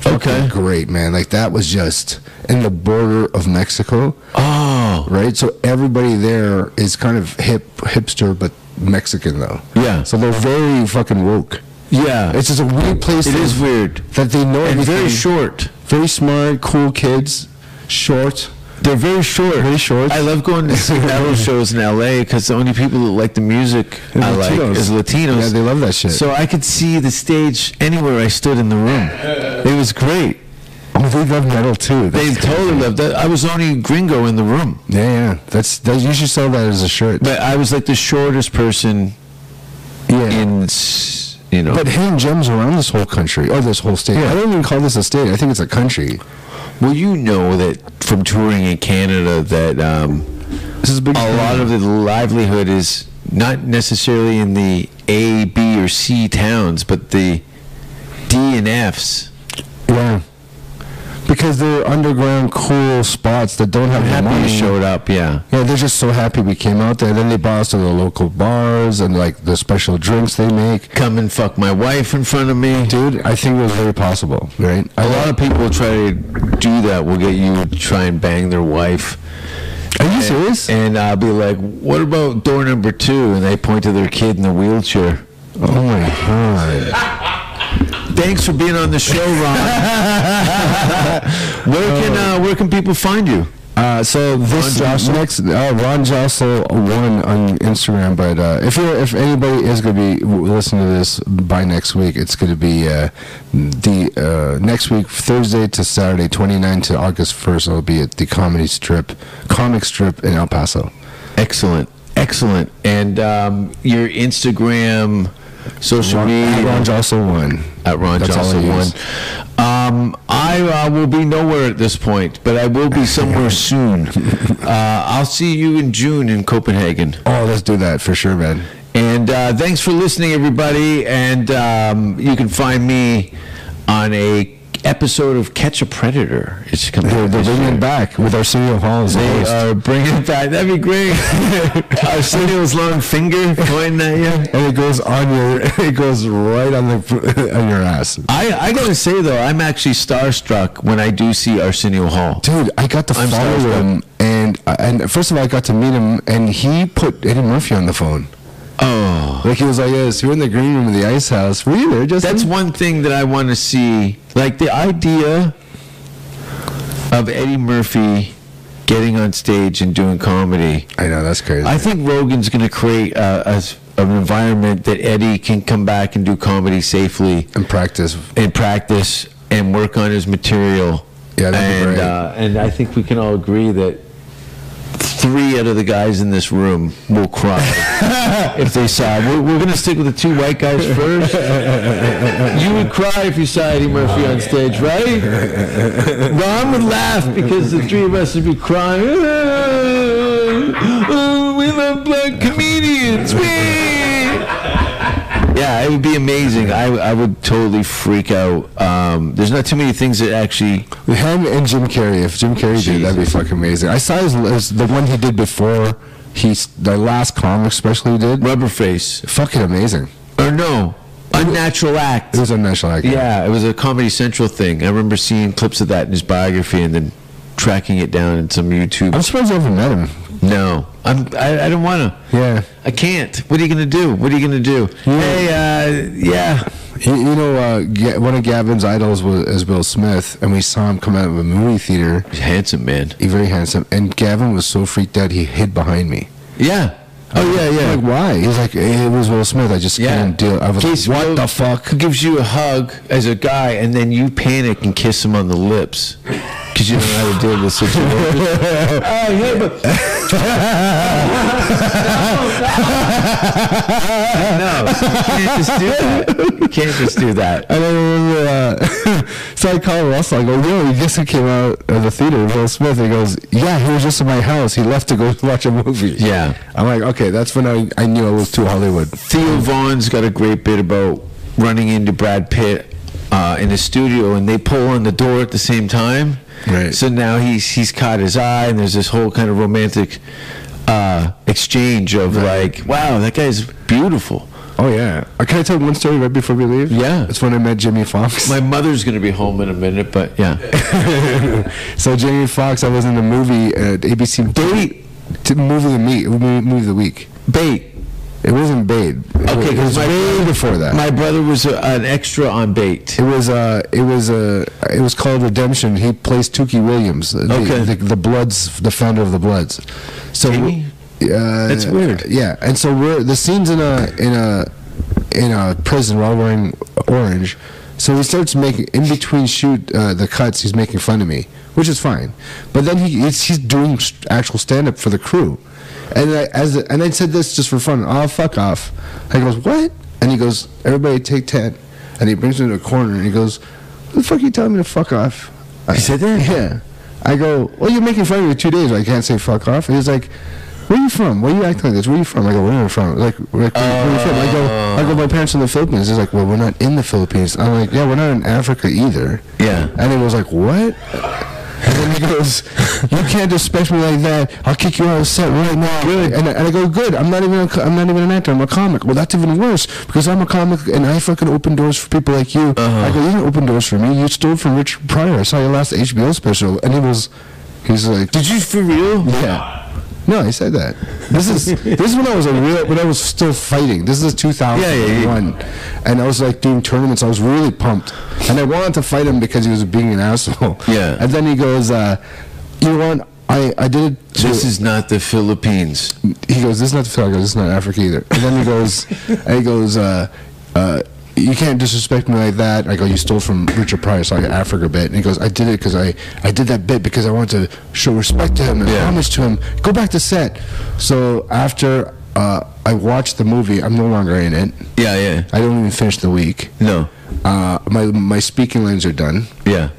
Speaker 7: Fucking
Speaker 6: Okay.
Speaker 7: Great man, like that was just in the border of Mexico,
Speaker 6: Oh,
Speaker 7: right? So everybody there is kind of hip hipster, but Mexican though.
Speaker 6: Yeah.
Speaker 7: So they're very fucking woke.
Speaker 6: yeah.
Speaker 7: It's just a weird place.
Speaker 6: It
Speaker 7: that-
Speaker 6: is weird.
Speaker 7: that they know
Speaker 6: And
Speaker 7: everything.
Speaker 6: very short.
Speaker 7: Very smart, cool kids, short.
Speaker 6: They're very short.
Speaker 7: Very short.
Speaker 6: I love going to see metal shows in LA because the only people that like the music
Speaker 7: And
Speaker 6: I
Speaker 7: Latinos.
Speaker 6: like is Latinos.
Speaker 7: Yeah, they love that shit.
Speaker 6: So I could see the stage anywhere I stood in the room. It was great.
Speaker 7: Oh, they love metal too. That's
Speaker 6: They
Speaker 7: crazy.
Speaker 6: totally loved that. I was the only gringo in the room,
Speaker 7: Yeah, yeah. That's that. You should sell that as a shirt.
Speaker 6: but I was like the shortest person
Speaker 7: yeah.
Speaker 6: in, s- you know.
Speaker 7: but hidden gems around this whole country or this whole state. I don't even call this a state. I think it's a country.
Speaker 6: Well, you know that from touring in Canada that um,
Speaker 7: This is a big.
Speaker 6: a lot of the livelihood is not necessarily in the A, B, or C towns, but the D and Fs.
Speaker 7: yeah. Because they're underground, cool spots that don't have
Speaker 6: I'm
Speaker 7: the
Speaker 6: happy
Speaker 7: money.
Speaker 6: you showed up. Yeah.
Speaker 7: Yeah, they're just so happy we came out there. Then they bought us to the local bars and like the special drinks they make.
Speaker 6: Come and fuck my wife in front of me.
Speaker 7: Dude, I think it was very possible, right?
Speaker 6: A lot of people try to do that. Will get you to try and bang their wife.
Speaker 7: Are you serious?
Speaker 6: And I'll be like, "What about door number two? And they point to their kid in the wheelchair.
Speaker 7: Oh my god.
Speaker 6: (laughs) Thanks for being on the show,
Speaker 7: (laughs)
Speaker 6: Ron. where can uh, where can people find you?
Speaker 7: Uh, so this
Speaker 6: Ron Jossel?
Speaker 7: next uh, Ron Jossel one on Instagram, but uh, if you're, if anybody is going to be w- listening to this by next week, it's going to be uh, the uh, next week Thursday to Saturday, 29 to August 1st. I'll be at the Comedy Strip, Comic Strip in El Paso.
Speaker 6: Excellent, excellent. And um, your Instagram, social
Speaker 7: Ron,
Speaker 6: media
Speaker 7: at Ron Jossel one
Speaker 6: at Ron
Speaker 7: That's all I
Speaker 6: Johnson One.
Speaker 7: use.
Speaker 6: Um, I uh, will be nowhere at this point, but I will be
Speaker 7: (laughs)
Speaker 6: somewhere soon. Uh, I'll see you in June in Copenhagen.
Speaker 7: Oh, let's do that for sure, man.
Speaker 6: And uh, thanks for listening, everybody. And um, you can find me on a episode of Catch a Predator. It's coming.
Speaker 7: They're,
Speaker 6: out
Speaker 7: they're
Speaker 6: this
Speaker 7: bringing
Speaker 6: year.
Speaker 7: it back with Arsenio Hall as the
Speaker 6: They (laughs)
Speaker 7: host.
Speaker 6: are bringing it back. That'd be
Speaker 7: (laughs)
Speaker 6: great. Arsenio's long finger pointing at you.
Speaker 7: and it goes on your, (laughs) it goes right on the (laughs) on your ass.
Speaker 6: I, I gotta say though, I'm actually starstruck when I do see Arsenio Hall.
Speaker 7: Dude, I got to
Speaker 6: I'm
Speaker 7: follow
Speaker 6: starstruck.
Speaker 7: him, and uh, and first of all, I got to meet him, and he put Eddie Murphy on the phone.
Speaker 6: Oh,
Speaker 7: Like he was like, "Yes, you're in the green room of the Ice House. Were you there, Justin?"
Speaker 6: that's one thing that I want to see. Like the idea of Eddie Murphy getting on stage and doing comedy.
Speaker 7: I know that's crazy.
Speaker 6: I think Rogan's gonna create a, a s- an environment that Eddie can come back and do comedy safely
Speaker 7: and practice.
Speaker 6: and practice and work on his material.
Speaker 7: Yeah, that'd be
Speaker 6: and
Speaker 7: great.
Speaker 6: Uh, and I think we can all agree that three out of the guys in this room will
Speaker 7: (laughs)
Speaker 6: cry if they saw. him. We're, we're going to stick with the two white guys first. you would cry if you saw Eddie Murphy on stage, right? Ron would laugh because the three of us would be crying. (laughs) Oh, we love black comedians. Whee! Yeah, it would be amazing. I, I would totally freak out. Um, there's not too many things that actually.
Speaker 7: Him and Jim Carrey. If Jim Carrey did, that'd be fucking amazing. I saw his, his the one he did before. He's the last comic special he did.
Speaker 6: Rubber face.
Speaker 7: Fucking amazing.
Speaker 6: Or no, unnatural act.
Speaker 7: It was a national actor.
Speaker 6: Yeah, it was a Comedy Central thing. I remember seeing clips of that in his biography and then tracking it down in some YouTube.
Speaker 7: I'm surprised I haven't met him.
Speaker 6: no, I'm, I, I don't want to.
Speaker 7: Yeah.
Speaker 6: I can't. What are you going to do? What are you going to do? Hey, uh, yeah.
Speaker 7: You, you know, uh, Ga- one of Gavin's idols was is Will Smith, and we saw him come out of a movie theater.
Speaker 6: He's handsome, man.
Speaker 7: He's very handsome, and Gavin was so freaked out he hid behind me.
Speaker 6: Yeah. Oh, yeah, yeah. uh,
Speaker 7: I'm Like why? He's like, it was Will Smith. I just couldn't deal. I was
Speaker 6: Case
Speaker 7: like, what
Speaker 6: Will
Speaker 7: the fuck?
Speaker 6: Gives you a hug as a guy, and then you panic and kiss him on the lips because you don't know how to deal with the situation. (laughs) oh, hey, but. no, no. You can't just do that. You can't just do that.
Speaker 7: And I remember, uh, (laughs) so I called Russell. I go, Will, you guess who came out of the theater? Will Smith. He goes, Yeah, he was just in my house. He left to go (laughs) watch a movie.
Speaker 6: Yeah.
Speaker 7: I'm like, okay, that's when I, I knew I was too Hollywood.
Speaker 6: Theo Vaughn's got a great bit about running into Brad Pitt uh, in the studio, and they pull on the door at the same time.
Speaker 7: Right.
Speaker 6: So now he's he's caught his eye, and there's this whole kind of romantic uh, exchange of like, "Wow, that guy's beautiful."
Speaker 7: Oh yeah. Uh, can I tell one story right before we leave?
Speaker 6: Yeah.
Speaker 7: It's when I met
Speaker 6: (laughs)
Speaker 7: Jimmy Fox.
Speaker 6: My mother's gonna be home in a minute, but yeah,
Speaker 7: (laughs) so Jimmy Fox, I was in a movie at ABC. Date. To movie of the meet, movie of the week.
Speaker 6: bait.
Speaker 7: It wasn't Bade. It
Speaker 6: Okay,
Speaker 7: was- it
Speaker 6: 'cause
Speaker 7: was
Speaker 6: my-
Speaker 7: way before that.
Speaker 6: My brother was a, an extra on bait.
Speaker 7: It was uh, it was uh, it was called Redemption. He plays Tukey Williams, the,
Speaker 6: Okay.
Speaker 7: the, the Bloods, the founder of the Bloods. So
Speaker 6: Jamie?
Speaker 7: uh,
Speaker 6: That's weird.
Speaker 7: Yeah, and so we're the scenes in a in a in a prison. We're all wearing orange. So he starts making in between shoot uh, the cuts. He's making fun of me, which is fine. But then he it's, he's doing s- actual stand up for the crew, and I as and I said this just for fun. Oh fuck off! I goes what? And he goes everybody take ten, and he brings me to a corner and he goes, what the fuck are you telling me to fuck off? I
Speaker 6: said that?
Speaker 7: Yeah. I go, well, you're making fun of me for two days. I can't say fuck off. And he's like, where are you from? Where are you acting like this? Where are you from? I go, where am I from? Like, where, where are you from? I go, I go, my parents are in the Philippines. He's like, well, we're not in the Philippines. I'm like, yeah, we're not in Africa either.
Speaker 6: Yeah.
Speaker 7: And it was like, what? And then he goes, you can't disrespect me like that. I'll kick you out of the set right now. Good. And, I- and I go, good. I'm not even a, co- I'm not even an actor. I'm a comic. Well, that's even worse because I'm a comic and I fucking open doors for people like you.
Speaker 6: Uh-huh.
Speaker 7: I go, you didn't open doors for me. You stole from Richard Pryor. I saw your last HBO special, and he was, he's like,
Speaker 6: Did you for real?
Speaker 7: yeah. No, he said that. This is this is when I was a real when I was still fighting. This is 2001, and I was like doing tournaments. I was really pumped, and I wanted to fight him because he was being an asshole.
Speaker 6: (laughs) Yeah.
Speaker 7: And then he goes, uh, "You know what? I I did it." To,
Speaker 6: This is not the Philippines.
Speaker 7: he goes, "This is not the Philippines. This is not Africa either." And then
Speaker 6: (laughs)
Speaker 7: he goes, and he goes, uh, uh, "You can't disrespect me like that." I go, "You stole from Richard Pryor, so I got Africa bit." And he goes, "I did it because I, I did that bit because I wanted to show respect to him and
Speaker 6: Yeah.
Speaker 7: homage to him. Go back to set." So after uh, I watched the movie, I'm no longer in it.
Speaker 6: Yeah, yeah.
Speaker 7: I don't even finish the week.
Speaker 6: No.
Speaker 7: Uh, my my speaking lines are done.
Speaker 6: Yeah.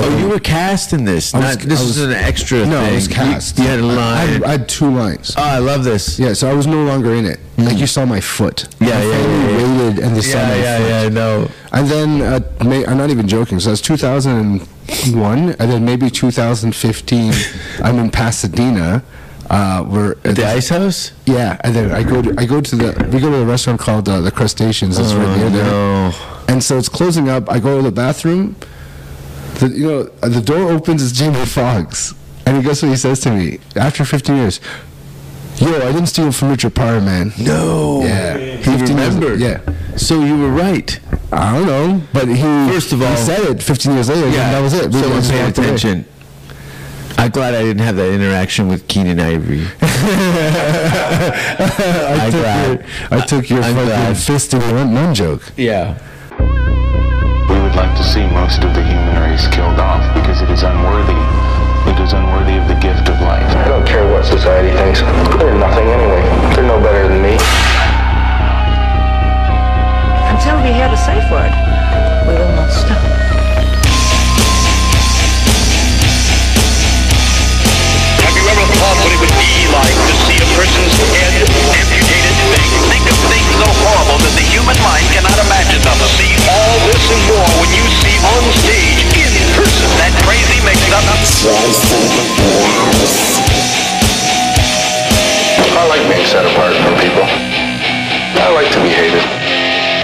Speaker 6: Oh, you were cast in this.
Speaker 7: I was-
Speaker 6: Not, this
Speaker 7: I was-
Speaker 6: is an extra
Speaker 7: No,
Speaker 6: thing.
Speaker 7: I was
Speaker 6: You-
Speaker 7: cast.
Speaker 6: You, had a
Speaker 7: I-
Speaker 6: line.
Speaker 7: I, I had two lines.
Speaker 6: oh, I love this.
Speaker 7: Yeah, so I was no longer in it. Like you saw my foot.
Speaker 6: Yeah, Mm.
Speaker 7: I
Speaker 6: yeah,
Speaker 7: finally
Speaker 6: yeah, yeah.
Speaker 7: Waited kid and the son.
Speaker 6: Yeah,
Speaker 7: of a friend.
Speaker 6: yeah, yeah. No.
Speaker 7: And then, uh, may, I'm not even joking. So that's 2001, and then maybe 2015. I'm in Pasadena. Uh, we're at
Speaker 6: The
Speaker 7: this-
Speaker 6: Ice House.
Speaker 7: yeah, and then I go to I go to the we go to a restaurant called uh, the Crustaceans. It's right near
Speaker 6: Oh, no.
Speaker 7: there. And so it's closing up. I go to the bathroom. The, you know, uh, the door opens. It's Jamie Foxx, and he guess what he says to me after 50 years. Yo, I didn't steal from Richard Pryor, man.
Speaker 6: No.
Speaker 7: Yeah,
Speaker 6: He
Speaker 7: 15 years-
Speaker 6: remembered.
Speaker 7: Yeah,
Speaker 6: So you were right.
Speaker 7: I don't know, but he
Speaker 6: First of all-
Speaker 7: he said it 15 years later. Yeah, that was it. We
Speaker 6: Someone
Speaker 7: just
Speaker 6: paid
Speaker 7: walked away.
Speaker 6: attention. I'm glad I didn't have that interaction with Keenan Ivory.
Speaker 7: (laughs)
Speaker 6: (laughs)
Speaker 7: I,
Speaker 6: I'm
Speaker 7: took
Speaker 6: glad.
Speaker 7: your, I took your
Speaker 6: I'm
Speaker 7: fucking
Speaker 6: glad.
Speaker 7: fist in one nun joke.
Speaker 6: Yeah.
Speaker 1: We would like to see most of the human race killed off because it is unworthy. It is unworthy of the gift of life.
Speaker 2: I don't care what society thinks. They're nothing anyway. They're no better than me.
Speaker 3: Until we hear the safe word, we will not stop.
Speaker 4: Have you ever thought what it would be like to see a person's head amputated? Think, think of things so horrible that the human mind cannot imagine them. See all this and more when you see on stage, in person, that crazy mix-up.
Speaker 2: I like being set apart from people. I like to be hated.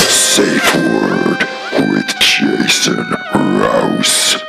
Speaker 5: Safe Word with Jason Rouse.